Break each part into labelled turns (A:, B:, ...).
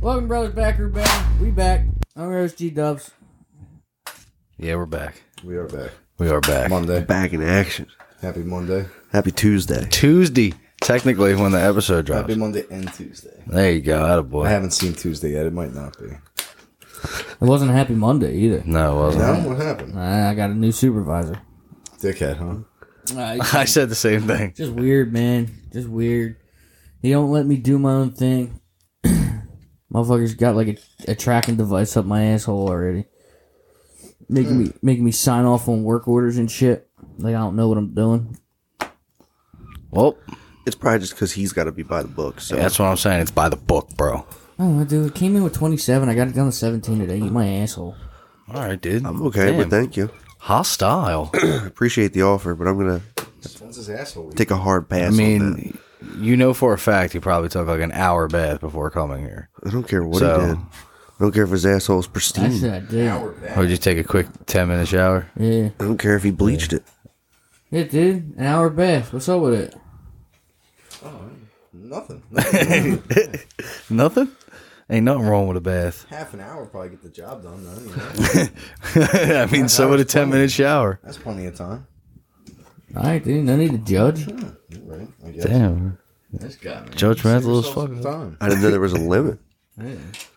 A: Logan Brothers Backer Band. We back. I'm Rose G Dubs.
B: Yeah, we're back.
C: We are back.
B: We are back.
C: Monday.
D: Back in action.
C: Happy Monday.
D: Happy Tuesday.
B: Tuesday, technically, when the episode drops.
C: Happy Monday and Tuesday.
B: There you go. Atta boy.
C: I haven't seen Tuesday yet. It might not be.
A: It wasn't a happy Monday either.
B: No, it wasn't.
C: No? What happened?
A: I I got a new supervisor.
C: Dickhead, huh?
A: Uh,
B: I said the same thing.
A: just weird, man. Just weird. He don't let me do my own thing. Motherfuckers got like a, a tracking device up my asshole already, making me making me sign off on work orders and shit. Like I don't know what I'm doing.
B: Well,
D: It's probably just because he's got to be by the book. So
B: that's what I'm saying. It's by the book, bro.
A: I don't know, Oh, dude. It came in with 27. I got it down to 17 today. Eat my asshole.
B: All right, dude.
D: I'm okay,
B: Damn.
D: but thank you.
B: Hostile.
D: I appreciate the offer, but I'm gonna
C: When's his asshole?
D: take a hard pass.
B: I mean, you know for a fact he probably took like an hour bath before coming here.
D: I don't care what
B: So-
D: he did. I don't care if his asshole's pristine.
A: Actually, I did.
B: Or did you take a quick 10 minute shower?
A: Yeah.
D: I don't care if he bleached it.
A: Yeah, dude. An hour bath. What's up with it?
C: Oh, Nothing. Nothing.
B: Nothing? Ain't nothing wrong with a bath.
C: Half an hour probably get the job done, though. you know?
B: I mean, so would a 10 minute shower.
C: That's plenty of time.
A: All right, dude. No need to judge.
C: You're Right? I guess.
B: Damn.
C: This guy, man.
B: Judgmental as
C: Some
B: fuck.
C: time.
D: I didn't know there was a limit.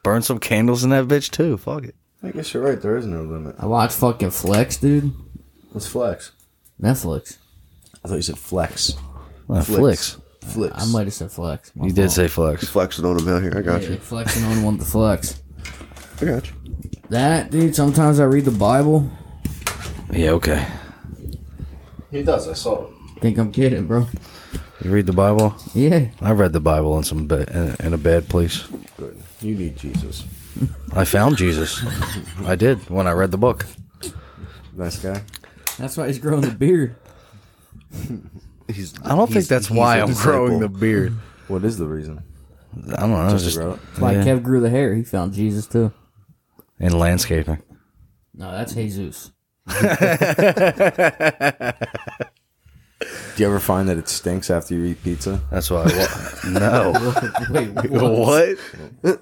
B: Burn some candles in that bitch, too. Fuck it.
C: I guess you're right. There is no limit.
A: I watch fucking Flex, dude.
C: Let's flex.
A: Netflix.
C: I thought you said flex.
B: Uh, flicks.
C: Flips.
A: I might have said Flex. My
B: You did
A: fault.
B: say flex.
D: Flexing on him out here. I got
A: Yeah,
D: you.
A: flexing on one to flex.
D: I got you.
A: That, dude. Sometimes I read the Bible.
B: Yeah, okay.
C: He does. I saw it.
A: Think I'm kidding, bro.
B: You read the Bible?
A: Yeah.
B: I read the Bible in some ba- in, in a bad place.
C: Good. You need Jesus.
B: I found Jesus. I did when I read the book.
C: Nice guy.
A: That's why he's growing the beard.
D: He's,
B: I don't think that's why I'm growing the beard.
C: What is the reason?
B: I don't know. It's
C: Just
B: just
C: grow it.
A: That's why
B: Yeah.
A: Kev grew the hair. He found Jesus, too.
B: in landscaping.
A: No, that's Jesus.
C: Do you ever find that it stinks after you eat pizza?
B: That's why. I wa- no.
A: Wait,
B: what?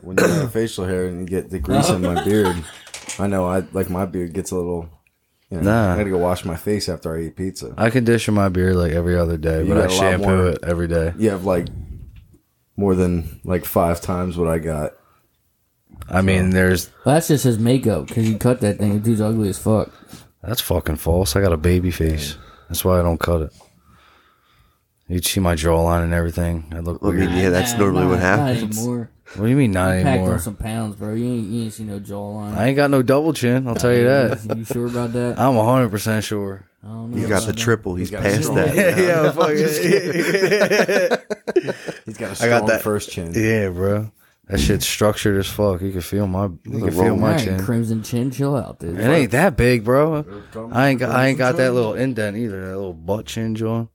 C: when you have facial hair and you get the grease in my beard. I know. I like my beard gets a little. You know,
B: Nah.
C: I gotta go wash my face after I eat pizza.
B: I condition my beard like every other day, but I
C: got a lot
B: shampoo
C: more.
B: it every day.
C: You have like more than like five times what I got.
B: I mean, there's
A: Well, that's just his makeup because you cut that thing. The dude's ugly as fuck.
B: that's fucking false. I got a baby face. That's why I don't cut it. You'd see my jawline and everything. I look
D: I mean,
B: weird.
D: yeah, that's normally
A: Nah,
D: what
A: not
D: happens.
A: anymore.
B: What do you mean not
A: Packed on
B: anymore?
A: some pounds, bro. You ain't, you ain't see no jawline.
B: I ain't got no double chin. I'll tell you that.
A: You sure about that?
B: I'm 100% sure.
A: I don't know.
D: He's got the triple. He's
C: got
D: past
C: zero.
D: that.
B: yeah, fuck.
C: He's got a
B: I
C: strong
B: got that.
C: first chin.
B: yeah, bro. That shit's structured as fuck. You can feel my, you can feel
D: wrong
B: my
A: Alright,
B: chin.
A: Crimson chin, chill out,
B: It
A: dude.
B: ain't that big, bro. I ain't got, I ain't got that little indent either. That little butt chin, John.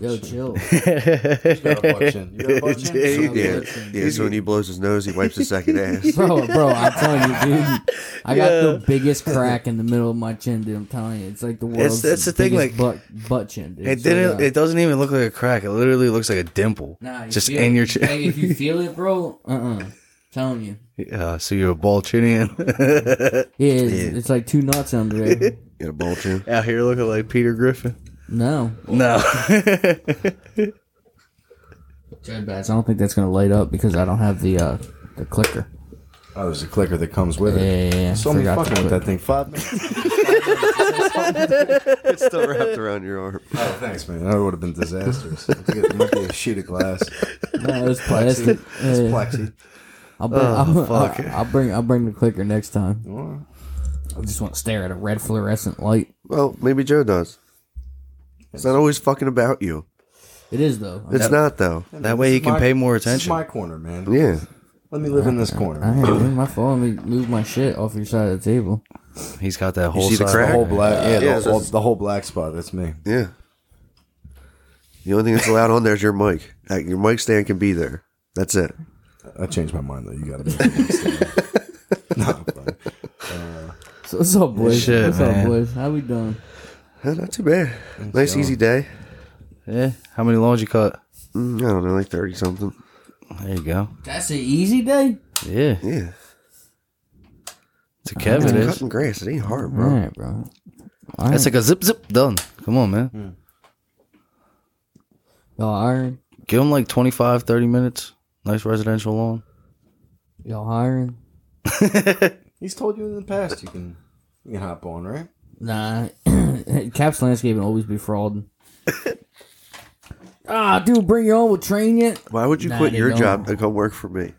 A: Yo, chill.
C: You got a butt chin. You got a butt chin?
D: Yeah, yeah. So when he blows his nose, he wipes the second ass.
A: bro, bro, I'm telling you, dude. I got the biggest crack in the middle of my chin, dude. I'm telling you, it's like the world's
B: that's the thing,
A: biggest
B: like-
A: butt, butt chin, dude.
B: It
A: So,
B: didn't.
A: yeah.
B: It doesn't even look like a crack. It literally looks like a dimple,
A: Nah, you
B: just
A: feel
B: in
A: it.
B: your
A: Like,
B: chin.
A: if you feel it, bro, uh, uh telling you,
B: Uh, so you're a ball chinian
A: yeah, it's, it's like two nuts under there.
D: Got a ball chin.
B: out here looking like Peter Griffin.
A: no,
B: No,
A: Jed Bats, I don't think that's gonna light up because I don't have the uh, the clicker.
C: Oh, there's a clicker that comes with
A: Yeah,
C: it.
A: yeah, yeah.
C: So many
A: Forgot the
C: fucking with that
A: clicker.
C: thing. Five minutes.
D: It's still wrapped around your arm.
C: Oh, thanks, man. That would have been disastrous. I think it might be a sheet of glass.
A: No, it was plastic.
C: It's
A: Yeah.
C: plexi.
A: I'll bring, I'll,
B: Oh, fuck.
A: I'll, I'll bring I'll bring the clicker next time. I just want to stare at a red fluorescent light.
D: Well, maybe Joe does. It's not always fucking about you.
A: It is though. I
D: It's not though.
B: that way you
C: This is
B: can
C: my-
B: pay more
C: This is
B: attention.
C: my corner, man.
D: Yeah.
C: Let me live in this corner.
A: Alright, dude, my phone. Let me move my shit off your side of the table.
B: He's got that whole
D: see the
B: side-
D: crack?
C: Whole black, yeah,
D: Yeah,
C: the,
D: so
C: whole,
D: it's-
C: the whole black spot. That's me.
D: Yeah. The only thing that's allowed on there is your mic. Like, your mic stand can be there. That's it.
C: I changed my mind though. You got to. no, I'm fine.
A: So what's up, boys?
B: Shit,
A: what's
B: man.
A: up, boys? How we doing?
D: Eh, not too bad. Nice easy day.
B: Yeah. How many lawns you cut?
D: Mm, I don't know, like thirty something.
B: There you go.
A: That's an easy day.
B: Yeah,
D: Yeah.
B: to Kevin is.
D: It's cutting grass. It ain't hard,
A: All
D: bro.
A: right, bro. All
B: That's
A: right.
B: like a zip zip done. Come on, man.
A: Y'all hiring?
B: Give them like 25, 30 minutes. Nice residential lawn.
A: Y'all hiring?
C: He's told you in the past you can you can hop on, right?
A: Nah. Caps landscaping always be fraud. ah, dude, bring your own. We'll train you.
D: Why would you
A: Nah,
D: quit
A: they
D: your
A: don't.
D: job and come work for me?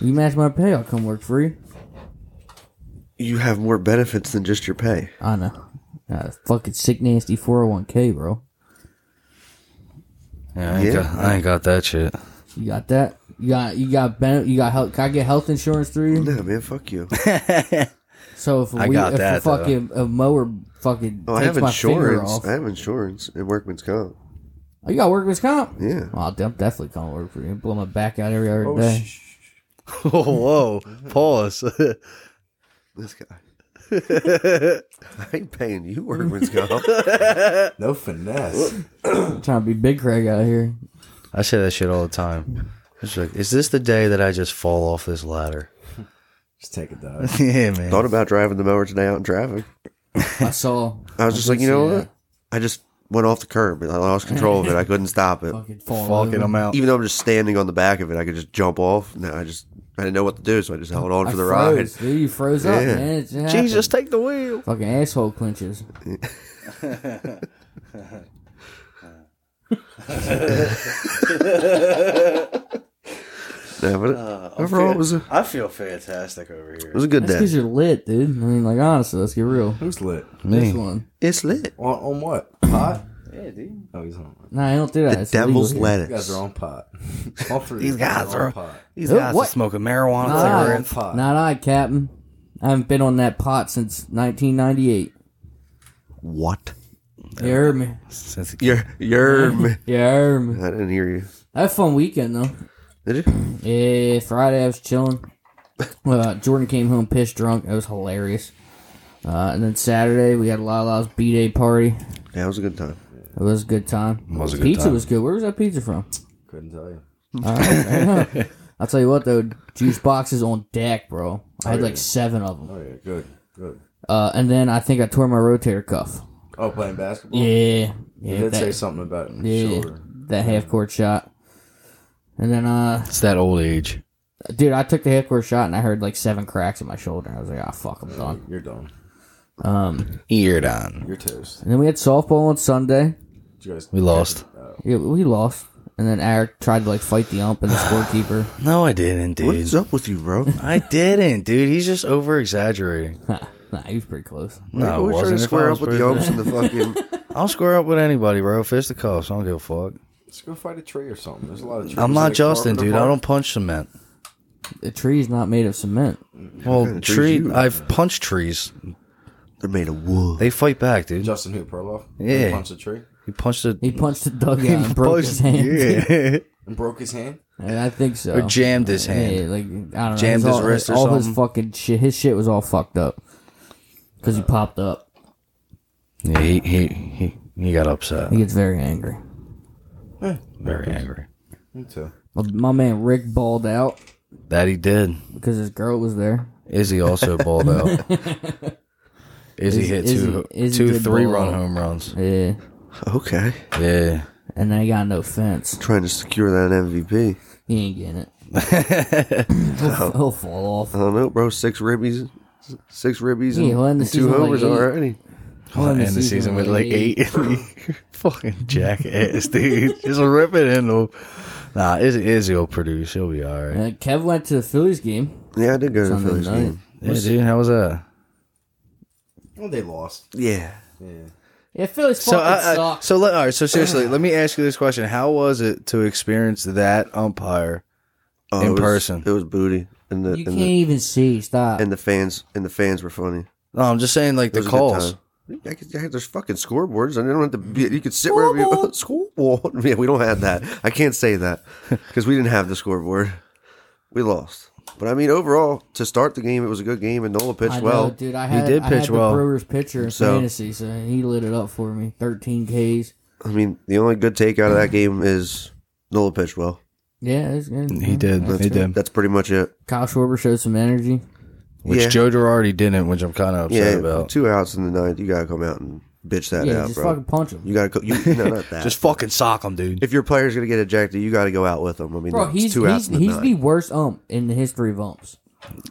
A: You match my pay, I'll come work for you.
D: You have more benefits than just your pay.
A: I know. Uh, fucking sick, nasty 401k, bro.
B: Yeah, I ain't,
D: Yeah.
B: Got, I ain't got that shit.
A: You got that? You got you got ben- you got health. Can I get health insurance through you?
D: No, man, fuck you.
A: So if
B: I
A: we
B: got
A: if
B: that,
A: a fucking a mower fucking
D: Oh, I
A: takes
D: have
A: my finger
D: insurance.
A: off,
D: I have insurance and workman's comp.
A: oh, you got workman's comp.
D: Yeah.
A: Well, I'll de- definitely can't work for you. Blow my back out every other
C: Oh,
A: day.
C: sh-
B: Whoa, whoa. pause.
D: This guy. I ain't paying you workman's comp.
C: no finesse.
A: I'm trying to be big Craig out here.
B: I say that shit all the time. It's like, is this the day that I just fall off this ladder?
C: Just take a dive.
B: yeah, man.
D: Thought about driving the mower today out in traffic.
A: I saw.
D: I was just
A: did
D: like, you know
A: see
D: what? I just went off the curb and I lost control of it. I couldn't stop it.
A: that. Fucking fall
B: Fuck it,
A: over.
B: I'm out.
D: Even though I'm just standing on the back of it, I could just jump off. No, I just I didn't know what to do, so I just held on
A: I
D: for the ride.
A: froze, Dude, you froze up,
D: Yeah.
A: man. It just
B: Jesus,
A: happened.
B: take the wheel.
A: Fucking asshole clinches.
D: No, but it- overall, it was a
B: Oh, I feel fantastic over
D: it
B: here.
D: was a good
A: That's because
D: day.
A: you're lit, dude. I mean, like honestly, let's get real.
C: Who's lit?
A: This
B: Me.
A: one.
D: It's lit.
C: On, on what? Pot?
B: Yeah, dude.
C: Oh, he's on.
A: Nah, I don't do that.
D: The
A: It's
D: devil's
A: illegal here.
C: You guys
D: lettuce.
C: are on pot. All three.
B: These guys
C: They're on
B: are- Ah.
C: pot.
B: These
A: Who-
B: guys
A: what?
B: are smoking marijuana
A: Nah,
C: They're on
B: cigarettes.
C: pot.
A: Not I, Captain. I haven't been on that pot since 1998.
D: What?
A: You heard me.
B: Since-
D: Your your I
A: You heard me.
D: didn't hear you.
A: I had a fun weekend, though.
D: Did you?
A: Yeah, Friday I was chilling. Uh, Jordan came home pissed drunk. That was hilarious. Uh, and then Saturday we had Lala's B Day party.
D: That was a good time.
A: It was a good time.
B: was a good
A: pizza
B: time.
A: was good. Where was that pizza from?
C: Couldn't tell you.
A: I'll tell you what, though. Juice boxes on deck, bro. I had like seven of them.
C: Oh yeah, good, good.
A: Uh, and then I think I tore my rotator cuff.
C: Oh, playing basketball.
A: Yeah. yeah
C: You did
A: that-
C: say something about
A: Yeah,
C: shoulder.
A: that half court shot. And then, uh,
B: It's that old age.
A: dude, I took the half court shot and I heard like seven cracks in my shoulder. I was like, ah, fuck, I'm done.
C: You're done.
B: Ear down.
C: You're toast.
A: And then we had softball on Sunday.
C: Did you guys
B: We lost.
A: Yeah, we lost. And then Eric tried to like fight the ump and the scorekeeper.
B: No, I didn't, dude.
D: What is up with you, bro?
B: I didn't, dude. He's just over exaggerating.
A: nah, he was pretty close.
D: I
B: No, it
D: always trying to
B: wasn't. If I
D: square
B: was
D: up with the
B: president-
D: umps and the fucking.
B: I'll square up with anybody, bro. Fist the cuffs. I don't give a fuck.
C: Let's go fight a tree or something. There's a lot of trees.
B: I'm
C: in
B: not
C: the
B: Justin,
C: Carpenter
B: dude. I
C: Park.
B: don't punch cement.
A: The tree's not made of cement.
B: Well,
D: of trees
B: tree.
D: you-
B: I've punched trees.
D: They're made of wood.
B: They fight back, dude.
C: Justin who Perloff?
B: Yeah.
C: He punched a tree
B: He punched a.
A: He punched the dugout and broke his hand.
B: Yeah.
C: and broke his hand.
A: And I think so.
B: or jammed his
A: Yeah,
B: hand.
A: like I don't know.
B: Jammed
A: It was
B: his
A: all,
B: wrist or
A: all his
B: something.
A: fucking shit. His shit was all fucked up because he
B: Uh.
A: popped up.
B: Yeah, he, he he he got upset.
A: He gets very angry.
B: Very angry.
C: Me too.
A: My, my man Rick balled out
B: That he did.
A: because his girl was there.
B: Izzy also balled out. Izzy
A: Izzy-
B: hit two,
A: Izzy- Izzy
B: two
A: did
B: three
A: ball
B: run
A: out.
B: home runs.
A: Yeah,
D: Okay.
B: Yeah.
A: and then he got no fence.
D: Trying to secure that MVP.
A: He ain't getting it.
D: Oh.
A: he'll, he'll fall off.
D: I don't know, bro. Six ribbies, six ribbies,
A: Yeah, he'll end
D: and
A: the
D: two
A: season with
D: homers
A: like eight.
D: already.
A: He'll
B: end the season with like eight. Fucking jackass, dude. Just rip it in them. Nah, Izzy, Izzy will produce. He'll be all right.
A: Uh, Kev went to the Phillies game.
D: Yeah, I did go to the
A: Sunday
D: Phillies
A: night.
D: game.
B: Yeah, dude, how was that?
C: Well, Oh, they lost.
D: Yeah,
C: Yeah.
A: Yeah, Phillies
B: So,
A: fucking
B: I, I,
A: sucks.
B: so let, all right. So seriously, let me ask you this question: How was it to experience that umpire?
D: Oh,
B: In
D: it was-
B: person.
D: It was booty, and the
A: you
D: and
A: can't
D: the,
A: even see. Stop.
D: and the fans and the fans were funny.
B: No, I'm just saying, like
D: It
B: the
D: was a good
B: calls.
D: time. I could, I had, there's fucking scoreboards. I didn't have to be. You could sit wherever you want. Scoreboard. Yeah, we don't have that. I can't say that because we didn't have the scoreboard. We lost. But I mean, overall, to start the game, it was a good game, and Nola pitched
A: I know,
D: well.
A: dude. I had,
B: did
A: I had
B: pitch
A: the
B: well.
A: Brewers pitcher in
D: So-
A: fantasy, so he lit it up for me. Thirteen Ks.
D: I mean, the only good take out of that game is Nola pitched well.
A: Yeah, it's Mm-hmm. good.
E: He did.
D: That's,
E: he did.
D: That's pretty much it.
A: Kyle Schwarber showed some energy.
B: which
D: Yeah.
B: Joe Girardi didn't, which I'm kind of upset
D: Yeah,
B: about.
D: two outs in the ninth. You gotta come out and bitch that
A: Yeah,
D: out,
A: just
D: bro.
A: fucking punch him.
D: you gotta go. You, no, not that.
B: Just fucking sock him, dude.
D: if your player's gonna get ejected, you gotta go out with them. I mean,
A: Bro,
D: it's
A: he's
D: two outs
A: he's,
D: in the
A: he's the
D: ninth.
A: worst ump in the history of umps.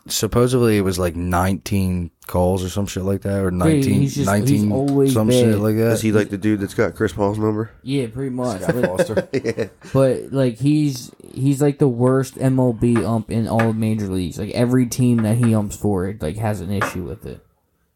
B: Supposedly it was like 19 calls or some shit like that, or 19,
A: he's just-
B: 19
A: he's always
B: some
A: bad.
B: shit like that.
D: Is he like the dude that's got Chris Paul's number?
A: Yeah, pretty much.
C: Scott
A: But,
C: Foster.
A: but, like he's he's like the worst MLB ump in all of major leagues. Like every team that he umps for, it like has an issue with it.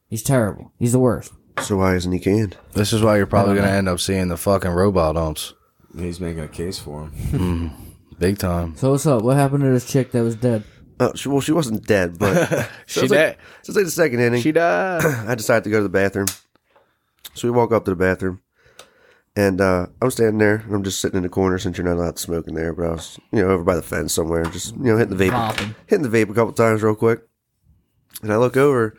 A: He's terrible. He's the worst.
D: So why isn't he canned?
B: this is why you're probably going to end up seeing the fucking robot umps.
C: He's making a case for him.
B: Big time.
A: So what's up? What happened to this chick that was dead?
D: Oh, she, well, she wasn't dead, but
B: She
D: Sounds like- Since like the second inning,
B: died.
D: I decided to go to the bathroom. So we walk up to the bathroom, and uh, I'm standing there, and I'm just sitting in the corner since you're not allowed to smoke in there. But I was, you know, over by the fence somewhere, just you know, hitting the vape,
A: Popping.
D: hitting the vape a couple times real quick. And I look over,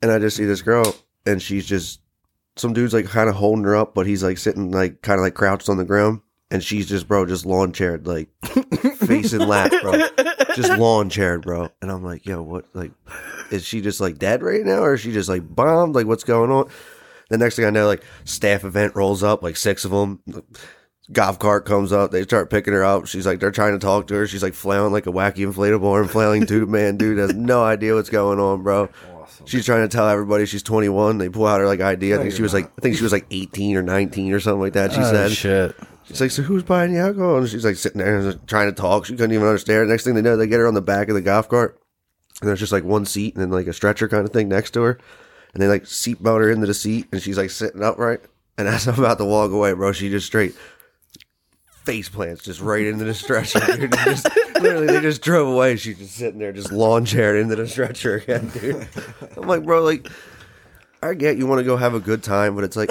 D: and I just see this girl, and she's just some dude's like kind of holding her up, but he's like sitting like kind of like crouched on the ground, and she's just bro, just lawn chaired, like face and lap, bro, just lawn chaired, bro. And I'm like, yo, what? Like, is she just like dead right now, or is she just like bombed? Like, what's going on? The next thing I know, like staff event rolls up, like six of them. Golf cart comes up. They start picking her up. She's like, they're trying to talk to her. She's like flailing like a wacky inflatable arm flailing dude. Man, dude has no idea what's going on, bro. She's trying to tell everybody she's 21. They pull out her like ID. I think she was like, I think she was like 18 or 19 or something like that. She
B: Oh,
D: said,
B: shit.
D: She's like, so who's buying the alcohol? And she's like sitting there and just trying to talk. She couldn't even understand. Next thing they know, they get her on the back of the golf cart, and there's just like one seat and then like a stretcher kind of thing next to her, and they like seatbelt her into the seat, and she's like sitting upright. And as I'm about to walk away, bro, she just straight face plants just right into the stretcher. dude. They just- literally, they just drove away. She's just sitting there, just lawn chaired into the stretcher again, dude. I'm like, bro, like, I get you want to go have a good time, but it's like,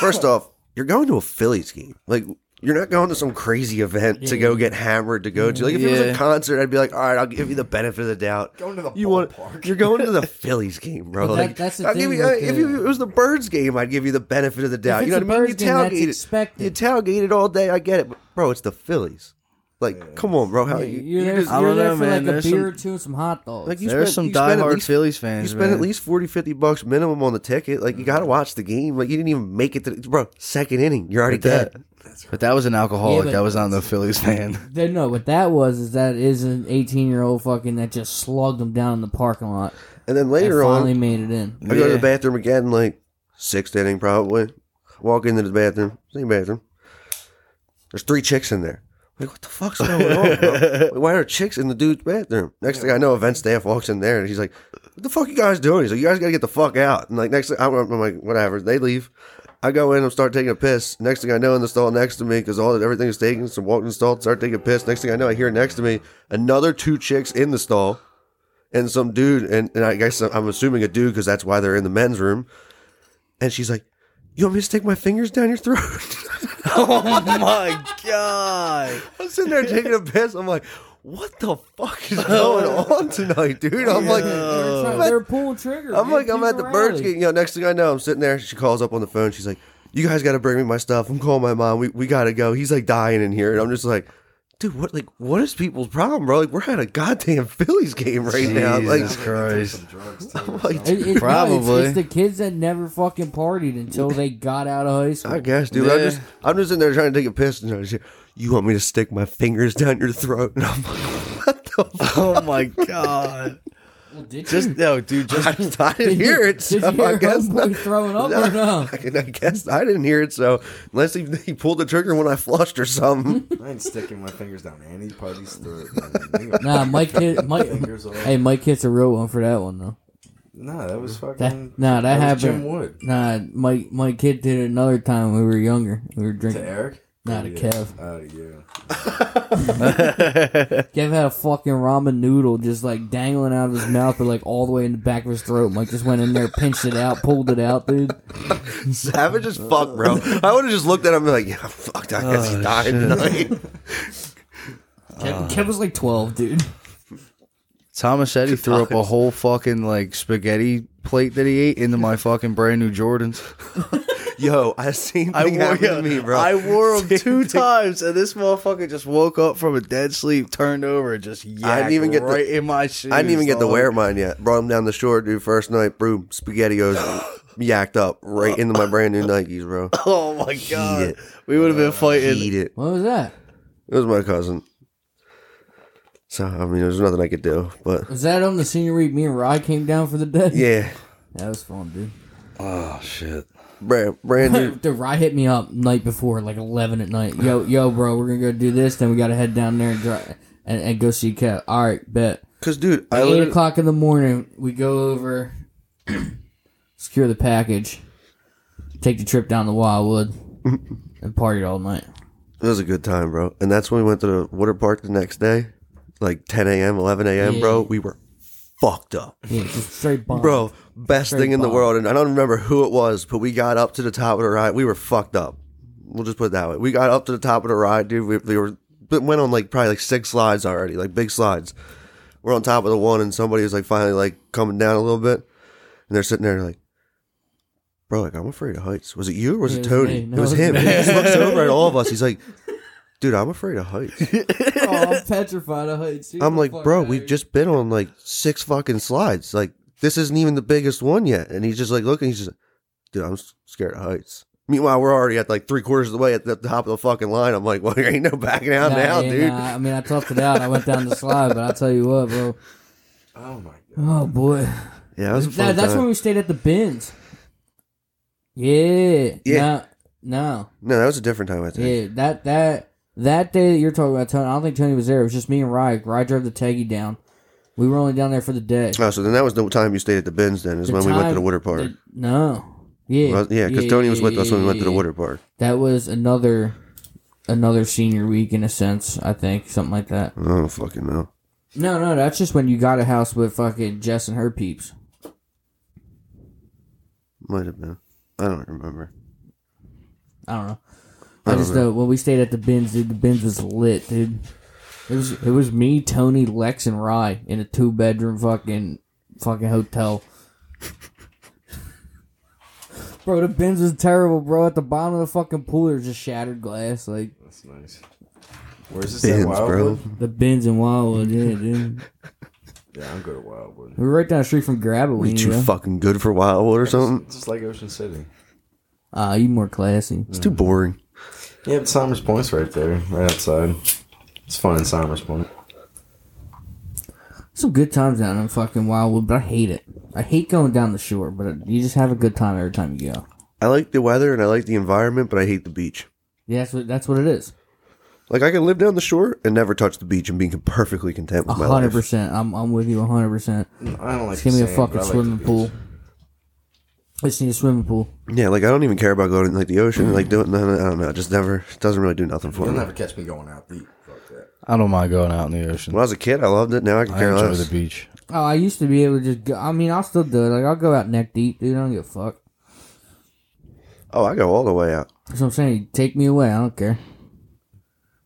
D: first off, you're going to a Phillies game. Like, you're not going to some crazy event to go get hammered to go to. Like, if it was
B: Yeah.
D: a concert, I'd be like, all right, I'll give you the benefit of the doubt.
C: Going to the
D: you want,
C: ballpark.
D: You're going to the Phillies game, bro.
A: But that-
D: like,
A: that's the
D: I'll
A: thing
D: give you, uh,
A: with
D: if
A: the-
D: you- it was the Birds game, I'd give you the benefit of the doubt.
A: If
D: you know
A: it's
D: what I
A: a
D: mean? You
A: Birds game, that's
D: tailgated.
A: expected.
D: You tailgated all day. I get it, but bro, it's the Phillies. Like, come on, bro. How you,
A: You're
D: you
A: there,
D: just-
B: I
A: you're
B: don't
A: there
B: know,
A: for
B: man.
A: like a
B: There's
A: beer
B: some-
A: or two and some hot dogs.
D: Like, you
B: There's
D: spent-
B: some
D: you spent at
B: diehard
D: least-
B: Phillies fans.
D: you spend
B: man.
D: at least 40 50 bucks minimum on the ticket like you gotta watch the game like you didn't even make it to the, bro second inning you're already
B: that.
D: dead
B: But that was an alcoholic.
A: Yeah, but-
B: that was not the Phillies fan.
A: Then no, what that was is that is an 18 year old fucking that just slugged him down in the parking lot
D: and then
A: and
D: later on
A: finally made it in.
D: I go to
B: Yeah.
D: the bathroom again, like sixth inning probably. Walk into the bathroom, same bathroom. There's three chicks in there. Like, what the fuck's going on, bro? Like, why are chicks in the dude's bathroom? Next thing I know, event staff walks in there and he's like, what the fuck you guys doing? He's like, you guys gotta get the fuck out. And like, next thing I'm, I'm like, whatever. They leave. I go in and start taking a piss. Next thing I know, in the stall next to me, because all everything is taken, so walk in the stall, start taking a piss. Next thing I know, I hear next to me another two chicks in the stall and some dude, and, and I guess I'm assuming a dude because that's why they're in the men's room. And she's like, "You want me to stick my fingers down your throat?"
B: oh my god!
D: I'm sitting there taking a piss. I'm like, "What the fuck is going on tonight, dude?" I'm like,
A: They're trying- they're pulling trigger.
D: I'm
A: man.
D: like, I'm
A: Keep
D: at the
A: her
D: birds
A: rally.
D: game. You know, next thing I know, I'm sitting there. She calls up on the phone. She's like, "You guys got to bring me my stuff. I'm calling my mom. We we gotta go. He's like dying in here." And I'm just like. Dude, what like what is people's problem, bro? Like we're at a goddamn Phillies game right now. Like,
B: Jesus Christ!
D: I'm like,
A: It- it- no, it's-
B: Probably.
A: it's, the kids that never fucking partied until they got out of high school.
D: I guess, dude. I'm
B: Yeah.
D: just I'm just in there trying to take a piss and I just hear, you want me to stick my fingers down your throat? And I'm like, what the fuck?
B: Oh my god!
A: Well, did
B: Just
A: you,
B: no, dude. Just
D: I, just- I didn't hear it. So
A: Did you
D: I
A: hear
D: guess not.
A: homeboy throwing up or no?
D: I guess I didn't hear it. So unless he, he pulled the trigger when I flushed or something,
C: I ain't sticking my fingers down any party's throat. man.
A: Nah, Mike hit Mike.
C: Fingers off.
A: hey, Mike hits a real one for that one though.
C: Nah, that was fucking.
A: That, nah, Um, that,
C: was
A: happened.
C: Jim Wood.
A: Nah, Mike. Mike kid did it another time when we were younger. We were
C: To
A: drinking.
C: Eric?
A: Nah, to
C: yeah.
A: Kev.
C: Oh, yeah.
A: Kev had a fucking ramen noodle just like dangling out of his mouth, but like all the way in the back of his throat. Mike just went in there, pinched it out, pulled it out, dude.
D: savage as fuck, bro. I would have just looked at him and be like, yeah, fucked. I guess
A: Oh,
D: he died tonight.
A: Kev, Kev was like twelve, dude.
B: Thomas said he threw up a whole fucking like spaghetti plate that he ate into my fucking brand new Jordans.
D: Yo, I seen
E: I
D: thing
E: wore,
D: happen to me, bro.
E: I wore them
D: Same
E: two
D: thing.
E: times, and this motherfucker just woke up from a dead sleep, turned over, and just yacked I didn't even get
D: the-
E: right in my shoes.
D: I didn't even get to
E: dog.
D: wear mine yet. Brought them down the shore, dude. First night, boom, spaghettios yacked up right into my brand new Nikes, bro.
E: Oh my god,
D: it.
E: we would have been fighting.
D: Eat it.
A: What was that?
D: It was my cousin. So I mean, there's nothing I could do, but
A: Was that on the senior week? Me and Rye came down for the day.
D: yeah,
A: that was fun, dude.
B: Oh shit.
D: brand brand new.
A: Dude, Rye hit me up night before, like eleven at night. Yo, yo, bro, we're gonna go do this. Then we gotta head down there and dri and, and go see Kev. All right, bet.
D: Cause, dude, I
A: Eight
D: literally,
A: o'clock in the morning, we go over, secure the package, take the trip down to Wildwood, and party all night.
D: it was a good time, bro. And that's when we went to the water park the next day, like 10 a.m., 11 a.m., bro. We were fucked up.
A: Yeah, just straight bomb,
D: Bro, best
A: Very
D: thing in the
A: bomb.
D: world. And I don't remember who it was, but we got up to the top of the ride. We were fucked up. We'll just put it that way. We got up to the top of the ride, dude. We, we were but went on like probably like six slides already, like big slides. We're on top of the one, and somebody was like finally like coming down a little bit, and they're sitting there like. Bro, like I'm afraid of heights. Was it you or was
A: Yeah,
D: it
A: it was
D: Tony?
A: me. No,
D: it was
A: it was
D: him.
A: me.
D: He just looks over at all of us. He's like, "Dude, I'm afraid of heights."
A: Oh, I'm petrified of heights.
D: I'm like, bro, we've just been on like six fucking slides. Like, this isn't even the biggest one yet. And he's just like looking. He's just, like, dude, I'm s- scared of heights. Meanwhile, we're already at like three quarters of the way at the top of the fucking line. I'm like, well, there ain't no backing out
A: Nah,
D: now,
A: yeah,
D: dude.
A: nah, I mean, I toughed it out. I went down the slide, but I'll tell you what, bro.
C: Oh my god.
A: Oh boy,
D: Yeah, that was a fun
A: Nah, that's
D: time.
A: when we stayed at the bins. Yeah,
D: Yeah.
A: No,
D: no, that was a different time. I
A: no,
D: think.
A: yeah. That that that day that you're talking about, Tony. I don't think Tony was there. It was just me and Rye. Rye drove the Teggy down. We were only down there for the day.
D: Oh, so then that was the time you stayed at the bins. Then is
A: The
D: when we went to the
A: time-
D: water park.
A: the- no. Yeah.
D: Well, yeah, because Tony was with
A: yeah,
D: us when we went to the
A: yeah,
D: water park.
A: That was another another senior week in a sense, I think, something like that.
D: I don't fucking know.
A: No, no, that's just when you got a house with fucking Jess and her peeps.
D: Might have been. I don't remember.
A: I don't know. I just know when we stayed at the bins, dude. The bins was lit, dude. It was it was me, Tony, Lex, and Rye in a two bedroom fucking fucking hotel. bro, the bins was terrible, bro. At the bottom of the fucking pool, there's just shattered glass. Like
C: That's nice. Where's this
D: Bins,
C: at
D: bro.
C: Wildwood?
A: the bins in Wildwood, yeah, dude.
C: Yeah, I'm good at Wildwood.
A: We were right down the street from Grabbing.
D: We
A: You
D: too
A: know?
D: fucking good for Wildwood or something.
C: It's just like Ocean City.
A: Ah, you more classy.
D: It's too boring.
C: Yeah, but Somers Point's right there, right outside. It's fun in Somers Point.
A: Some good times down in fucking Wildwood, but I hate it. I hate going down the shore, but you just have a good time every time you go.
D: I like the weather and I like the environment, but I hate the beach.
A: Yeah, that's what that's what it is.
D: Like I can live down the shore and never touch the beach and be perfectly content with my
A: hundred
D: life.
A: percent. I'm I'm with you hundred percent.
C: I don't like.
A: Just give me
C: the
A: a
C: sand,
A: fucking
C: but I like
A: swimming
C: the
A: pool.
C: beach.
A: I just need a swimming pool.
D: Yeah, like I don't even care about going in like the ocean, like doing. no, no, I don't know. It Just never it doesn't really do nothing for
C: You'll
D: me.
C: never catch me going out deep. Fuck that.
B: I don't mind going out in the ocean.
D: When I was a kid, I loved it. Now I can
B: I
D: care
B: enjoy
D: less.
B: the beach.
A: Oh, I used to be able to just go. I mean, I'll still do it. Like I'll go out neck deep, dude. I don't give a fuck.
D: Oh, I go all the way out.
A: That's what I'm saying. Take me away. I don't care.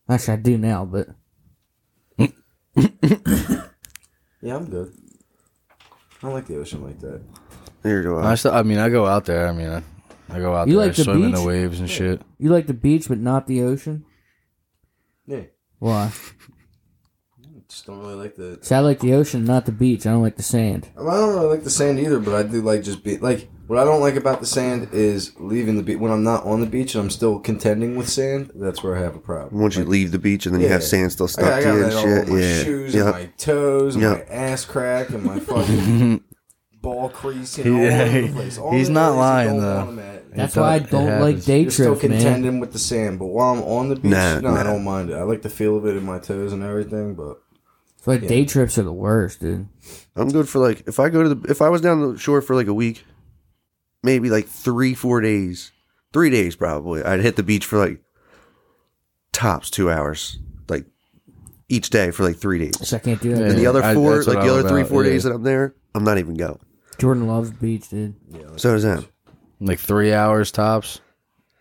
A: Actually, I do now, but
C: Yeah, I'm good. I don't like the ocean like that.
D: Here do
B: I
D: I.
B: still, I mean, I go out there. I mean, I, I go out
A: You
B: there,
A: like the
B: swim in the
A: beach?
B: waves and shit.
A: you like the beach, but not the ocean.
C: Yeah,
A: Why?
C: just don't really like the
A: See, I like the ocean, not the beach. I don't like the sand.
C: I don't really like the sand either, but I do like just be like what I don't like about the sand is leaving the beach when I'm not on the beach and I'm still contending with sand. That's where I have a problem.
D: Once you leave the beach and then you have
C: Yeah.
D: sand still
C: I got,
D: stuck
C: I
D: to
C: got
D: you
C: that
D: and
C: all
D: shit.
C: over my
D: Yeah,
C: shoes
D: yeah.
C: and my toes and
D: Yep.
C: my ass crack and my fucking ball crease and all
B: Yeah,
C: over the place. All
B: he's
C: the
B: not
C: areas you
B: lying,
C: don't
B: though.
C: want 'em at.
A: That's
B: don't-
A: why I
B: it
A: don't like
B: happens.
A: day
C: You're still
A: trips, man.
C: contending with the sand, but while I'm on the beach,
D: Nah,
C: no,
D: nah.
C: I don't mind it. I like the feel of it in my toes and everything, but
A: That's why day trips are the worst, dude.
D: I'm good for like if I go to the if I was down the shore for like a week, maybe like three four days, three days probably. I'd hit the beach for like tops two hours, like each day for like three days.
A: So I can't do that.
D: And the
B: Yeah,
D: other
B: I-
D: four,
B: that's what
D: like the
B: I'm
D: other three
B: about,
D: four days
B: yeah.
D: that I'm there, I'm not even going.
A: Jordan loves beach, dude.
D: So does that.
B: Like three hours tops.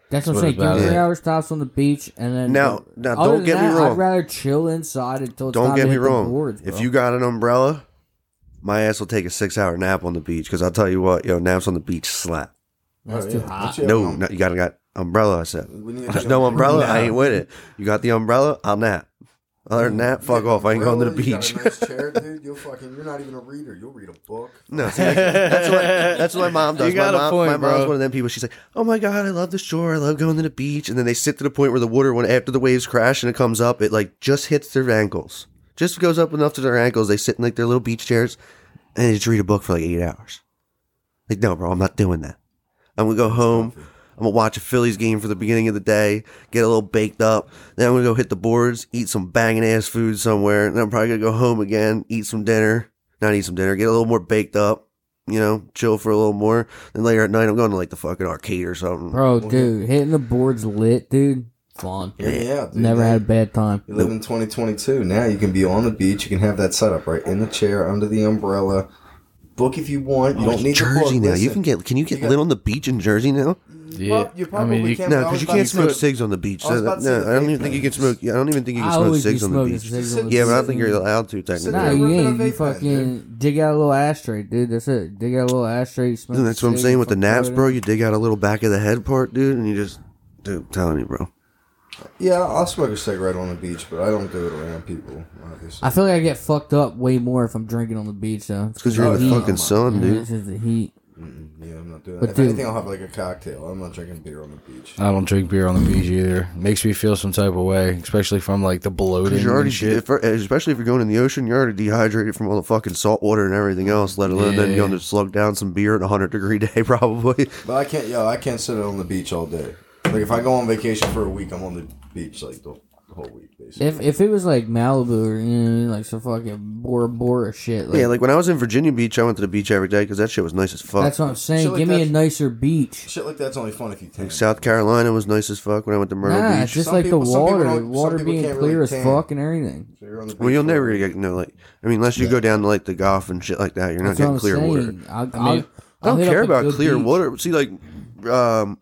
A: That's what I'm saying.
B: That's what it's
A: Give me
B: about.
A: three
B: Yeah.
A: hours tops on the beach, and then
D: Now- now,
A: Other
D: don't
A: than
D: get me
A: that,
D: wrong.
A: I'd rather chill inside until it's
D: Don't
A: time
D: get
A: to
D: me
A: hit the
D: wrong.
A: Boards,
D: if
A: bro.
D: you got an umbrella, my ass will take a six hour nap on the beach because I'll tell you what, yo, naps on the beach slap.
C: Oh,
A: That's too hot.
D: No, no, you gotta got umbrella. I said,
C: We need to
D: there's
C: get
D: no
C: an
D: umbrella. I ain't with it. You got the umbrella? I'll nap. Other than that, fuck off. I ain't going to the
C: Really? You got
D: beach.
C: a nice chair, dude. You'll fucking. You're not even a reader. You'll read a book.
D: No, see, like, that's what that's what my mom does.
E: You got
D: my
E: a
D: mom,
E: point,
D: my mom's
E: bro.
D: one of them people. She's like, "Oh my god, I love the shore. I love going to the beach." And then they sit to the point where the water, when after the waves crash and it comes up, it like just hits their ankles. Just goes up enough to their ankles. They sit in like their little beach chairs and they just read a book for like eight hours. Like, no, bro, I'm not doing that. I'm gonna go home. I'm gonna watch a Phillies game for the beginning of the day, get a little baked up. Then I'm gonna go hit the boards, eat some banging ass food somewhere. And then I'm probably gonna go home again, eat some dinner, not eat some dinner, get a little more baked up, you know, chill for a little more. Then later at night, I'm going to like the fucking arcade or something.
A: Bro, dude, hitting the boards lit, dude. Fun.
C: Yeah, yeah dude.
A: Never had a bad time.
C: You live in 2022. Now you can be on the beach. You can have that setup right in the chair under the umbrella. Book if you want. You don't need the book.
D: Oh, Jersey now. You
C: Listen,
D: can get. Can you get
C: got-
D: lit on the beach in Jersey now?
B: Yeah.
C: you
B: I
C: probably
B: mean, you,
C: can.
D: No,
C: but I was
D: because you
C: about
D: can't
C: to
D: smoke
C: say-
D: cigs on the beach.
C: I was about to
D: no,
C: say
D: no,
C: the
D: I don't
C: vape
D: even think you
C: pens.
D: can smoke. I don't even think you
A: I
D: can smoke
A: always be
D: cigs on the
A: smoking
D: beach.
A: cigs on the
D: Yeah, but I don't
A: beach.
D: think you're allowed to technically.
A: Nah,
C: Dude,
A: you
C: what
A: ain't.
C: about a
A: You
C: vape pen,
A: fucking dig out a little ashtray, dude. That's it. Dig out a little ashtray. Smoke
D: Dude, that's what I'm
A: cigs,
D: saying with the
A: fucking
D: naps,
A: throw it
D: bro.
A: in.
D: You dig out a little back of the head part, dude, and you just, dude, I'm telling you, bro.
C: Yeah, I'll smoke a cigarette on the beach, but I don't do it around people. Obviously,
A: I feel like I get fucked up way more if I'm drinking on the beach, though. It's
D: Because you're in the fucking sun,
A: Oh, Yeah,
D: dude.
A: it's just the heat.
C: yeah, I'm not doing.
A: But
C: that. If
A: dude-
C: anything, I'll have like a cocktail. I'm not drinking beer on the beach.
B: I don't drink beer on the beach either. Makes me feel some type of way, especially from like the bloating
D: Because you're already,
B: and shit.
D: if- er, especially if you're going in the ocean, you're already dehydrated from all the fucking salt water and everything else. Let alone then
B: Yeah.
D: going to slug down some beer at a hundred degree day, probably.
C: But I can't. Yeah, I can't sit on the beach all day. Like if I go on vacation for a week, I'm on the beach like the, the whole week. Basically,
A: If if it was like Malibu or you know what I mean, like some fucking Bora Bora shit, like,
D: yeah, like when I was in Virginia Beach, I went to the beach every day because that shit was nice as fuck.
A: that's what I'm saying.
C: Shit like
A: Give me a
C: that-
A: nicer beach.
C: shit like that's only fun if you tan.
D: South Carolina was nice as fuck when I went to Myrtle
A: Nah,
D: Beach.
A: it's just
C: Some
A: like
C: people-
A: the
C: some people
A: water,
C: don't-
A: the
C: some
A: water
C: people
A: being
C: can't
A: clear
C: really
A: as
C: tan.
A: fuck and everything.
C: So you're on the beach
D: well, you'll never
C: all-
D: get no like. I mean, unless you go down to like the Gulf and shit like that, you're not
A: That's what
D: getting
A: I'm
D: clear water.
A: saying. I'll, I'll,
B: mean,
D: I don't
A: hit up
D: care
A: a
D: about
A: good
D: clear
A: beach.
D: water. See, like, um,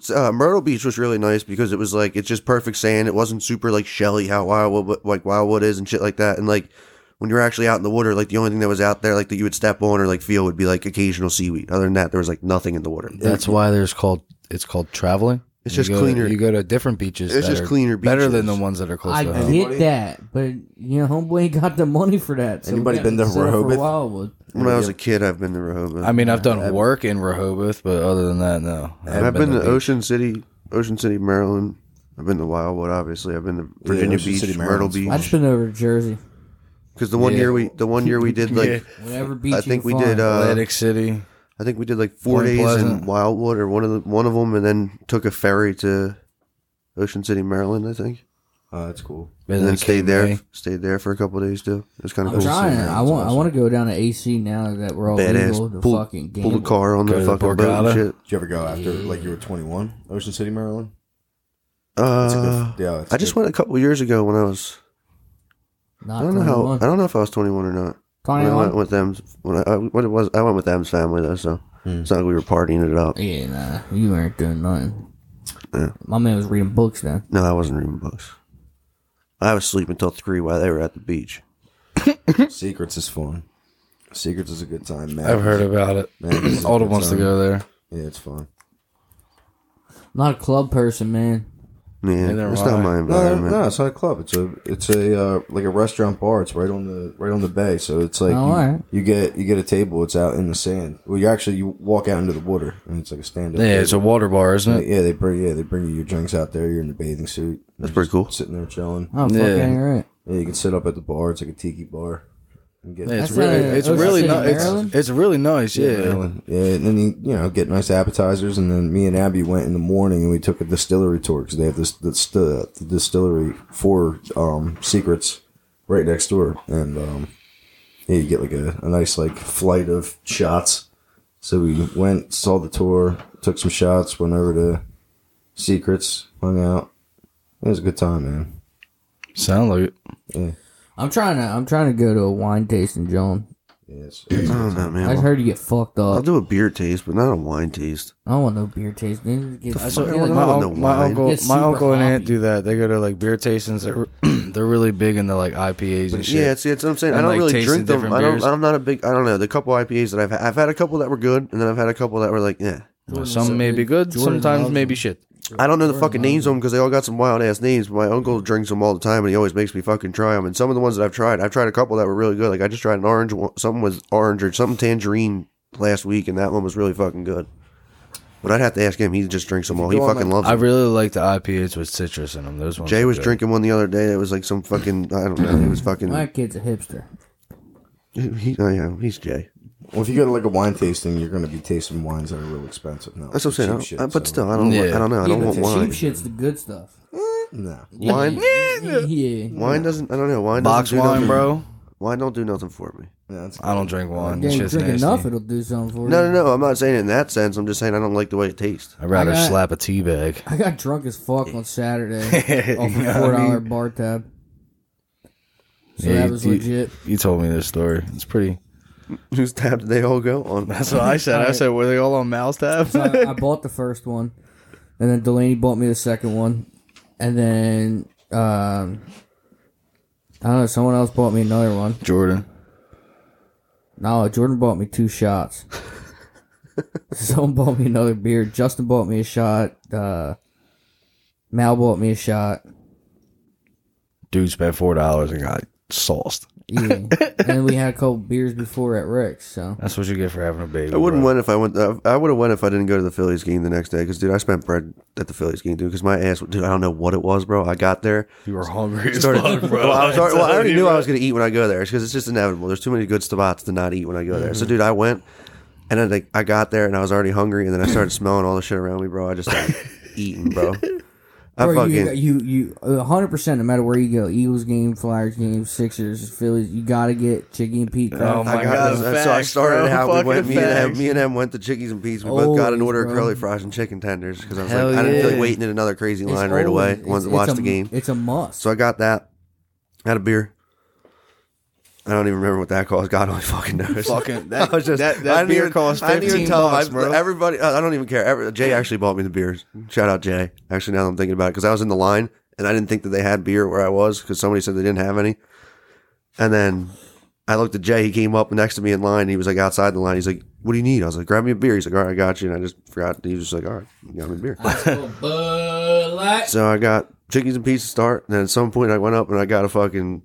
D: s- uh, Myrtle Beach was really nice because it was like it's just perfect sand. It wasn't super like shelly how Wildwood like Wildwood is and shit like that. And like when you're actually out in the water, like the only thing that was out there like that you would step on or like feel would be like occasional seaweed. Other than that, there was like nothing in the water.
B: That's why there's called it's called traveling.
D: It's
B: You
D: just
B: go to-
D: cleaner.
B: you go to different beaches.
D: It's
B: that
D: just
B: are
D: cleaner
B: better than the
D: beaches.
B: ones that are close
A: I
B: to
A: get
B: home.
C: Anybody?
A: that, but you know, homeboy ain't got the money for that. So
C: Anybody
A: we gotta
C: been to
A: settle for
C: Rehoboth?
A: Wildwood.
D: When I was a kid, I've been to Rehoboth.
B: I mean, I've done work in Rehoboth, but other than that, no. I
D: I've
B: haven't
D: been,
B: the
D: to
B: beach.
D: Ocean City, Ocean City, Maryland. I've been to Wildwood, obviously. I've been to Virginia
C: Ocean
D: Beach,
C: City,
D: Myrtle
C: Maryland's
A: I
D: Beach.
A: just been over to Jersey.
D: Because the one
B: Yeah.
D: year we, the one year we did like,
A: Whatever beach
D: I
A: you
D: think
A: can
D: we did.
A: find.
D: Uh,
B: Atlantic City.
D: I think we did like four
B: Point
D: days
B: Pleasant.
D: in Wildwood or one of the, one of them, and then took a ferry to Ocean City, Maryland. I think,
C: Oh, that's cool.
B: Been
D: and then
B: to
D: stayed
B: Cape
D: there,
B: May.
D: stayed there for a couple of days too. It was kind of
A: I'm
D: cool.
A: trying. I want. I want to go down to AC now that we're all legal.
D: Badass.
A: To
D: Pulled,
A: fucking game.
D: pulled a car on
B: Go
D: the
B: to the
D: fucking boat
B: Borgata.
D: and shit.
C: Did you ever go after like you were 21? Ocean City, Maryland. That's a good-
D: Uh,
C: yeah, that's
D: I just
C: good.
D: went a couple years ago when I was.
A: Not
D: I don't know how.
A: 21.
D: I don't know if I was twenty one or not. When I
A: 21?
D: went with them. When I, I what it was, I went with them's family though, so it's not like we were partying it up.
A: Yeah, nah, you weren't doing nothing. My man was reading books then.
D: No, I wasn't reading books. I was sleeping till three while they were at the beach.
C: Secrets is fun. Secrets is a good time, man.
B: I've heard about it.
C: Man, this is a
B: Alden
C: good
B: wants to
C: time.
D: um,
B: go there.
C: Yeah, it's fun.
A: Not a club person, man.
D: Yeah,
B: neither
D: it's
B: am
D: not
B: I.
D: my
C: No,
D: environment.
C: no, no, it's not a club. It's a it's a uh, like a restaurant bar. It's right on the right on the bay. So it's like
A: Oh,
C: you,
A: alright.
C: you get you get a table. It's out in the sand. Well, you actually you walk out into the water and it's like a stand up.
B: Yeah, it's a water bar, isn't it?
C: yeah. They bring yeah they bring you your drinks out there. You're in the bathing suit. That's
D: pretty cool.
C: Sitting there chilling.
A: Oh, fucking
B: Yeah.
A: yeah. right.
C: Yeah, you can sit up at the bar. It's like a tiki bar. And get,
B: Yeah, it's
A: That's
B: really,
A: not-
B: it's
A: Ocean
B: really
A: City,
B: nice. It's,
A: Maryland?
B: it's really nice. Yeah,
C: Yeah, and then you you know get nice appetizers, and then me and Abby went in the morning and we took a distillery tour because they have this this the, the distillery for um secrets right next door, and um yeah you get like a, a nice like flight of shots. So we went, saw the tour, took some shots, went over to secrets, hung out. It was a good time, man.
B: sound like it.
A: I'm trying to. I'm trying to go to a wine tasting, John.
C: Yes,
D: I don't know, man.
A: I just heard you get fucked
D: I'll
A: up.
D: do a beer taste, but not a wine taste.
A: I don't want no beer tasting. Get, I
D: fuck?
A: feel like-
B: my,
D: I
B: uncle,
D: don't know
B: my
D: why.
B: uncle,
A: It's
B: my
A: super
B: uncle and aunt
A: hoppy.
B: do that. They go to like beer tastings. They're they're really big into like IPAs and shit.
D: Yeah, see, that's what I'm saying. I
B: And,
D: don't
B: like,
D: really
B: tasting
D: drink them.
B: different
D: I don't,
B: beers.
D: I'm not a big. I don't know. The couple IPAs that I've had, I've had a couple that were good, and then I've had a couple that were like, yeah.
A: Jordan
B: Some may be good,
A: Jordan
B: sometimes
A: loves
B: may
A: them.
B: be shit.
D: I don't know the fucking names of them because they all got some wild ass names. But my uncle drinks them all the time, and he always makes me fucking try them. And some of the ones that I've tried, I've tried a couple that were really good. Like I just tried an orange, one, something was orange or something tangerine last week, and that one was really fucking good. But I'd have to ask him. He just drinks them all. He
C: go on,
D: fucking
C: like-
D: loves
B: I
D: them.
B: really like the IPAs with citrus in them. Those ones.
D: Jay
B: are
D: was
B: good.
D: drinking one the other day. It was like some fucking I don't know. It was
A: My
D: fucking.
A: kid's a hipster.
D: He, oh yeah, he's Jay.
C: Well, if you go to like a wine tasting, you're going to be tasting wines that are real expensive. Not
D: That's what I'm saying. I,
C: cheap shit,
D: I- but
C: so-
D: still, I don't. want-
B: Yeah.
D: I don't know. I
A: Yeah,
D: don't
A: but
D: want
A: the
D: wine.
A: cheap shit's the good stuff.
C: no.
D: Wine.
A: Yeah.
D: Wine doesn't. I don't know. Wine.
B: box
D: doesn't do
B: wine,
D: nothing-
B: bro.
D: Wine don't do nothing for me.
C: No, it's-
B: I don't drink wine.
A: Yeah, you
B: Shit's
A: drink
B: nasty.
A: enough, it'll do something for you.
D: No, no, no. I'm not saying it in that sense. I'm just saying I don't like the way it tastes.
B: I'd rather
A: I got-
B: slap a tea bag.
A: I got drunk as fuck on Saturday
B: You
A: off
B: know
A: a
B: what
A: four
B: I
A: dollar
B: mean?
A: bar tab. So
B: Yeah,
A: that
B: you-
A: was
B: you-
A: legit.
B: You told me this story. It's pretty.
D: Whose tab did they all go on?
E: That's what I said. I said, were they all on mouse tab?
A: So I, I bought the first one, and then Delaney bought me the second one, and then um, I don't know. Someone else bought me another one.
B: Jordan.
A: No, Jordan bought me two shots. Someone bought me another beer. Justin bought me a shot. Uh, Mal bought me a shot.
B: Dude spent four dollars and got sauced.
A: Yeah. and we had a couple beers before at Rick's. So
B: That's what you get for having a baby.
D: I wouldn't
B: bro.
D: win if I went. uh, I would have won if I didn't go to the Phillies game the next day. Because dude, I spent bread at the Phillies game, dude. Because my ass, dude, I don't know what it was, bro. I got there,
B: You were hungry. As
D: started.
B: fuck, bro.
D: well, I, was already, well, I already
B: You,
D: knew I
B: bro.
D: was going to eat when I go there because it's just inevitable. There's too many good spots to not eat when I go there. So, dude, I went and then like, I got there and I was already hungry, and then I started smelling all the shit around me, bro. I just started eating, bro. I
A: Bro,
D: fucking
A: you you you a hundred percent. No matter where you go, Eagles game, Flyers game, Sixers, Phillies, you gotta get chicken and Pete.
E: Oh my
D: I got
E: God,
D: this.
E: facts,
D: so I started
E: bro.
D: how we went.
E: Fucking
D: Me and, him,
E: facts.
D: me and him went to Chickies and Pete's. We both
A: Always,
D: got an order of
A: bro.
D: curly fries and chicken tenders because I was
E: Hell
D: like, I didn't feel like
E: yeah.
D: waiting in another crazy
A: It's
D: line right away.
A: always-
D: Once
A: it's-
D: watch
A: it's
D: the
A: a-
D: game,
A: It's a must.
D: so I got that. Had a beer. I don't even remember what that cost. God only fucking knows.
E: Fucking that,
D: I was just
E: that,
D: I
E: that
D: didn't
E: beer
D: even-
E: cost
D: I didn't even
E: fifteen
D: tell him.
E: bucks,
D: I-
E: bro.
D: Everybody, I I don't even care. Every, Jay actually bought me the beers. Shout out Jay. Actually, now that I'm thinking about it, because I was in the line and I didn't think that they had beer where I was because somebody said they didn't have any. And then I looked at Jay. He came up next to me in line. And he was like outside the line. He's like, "What do you need?" I was like, "Grab me a beer." He's like, "All right, I got you." And I just forgot. He was just like, "All right, you got me a beer."
A: Bud Light.
D: So I got chickies and pizza to start, and then at some point I went up and I got a fucking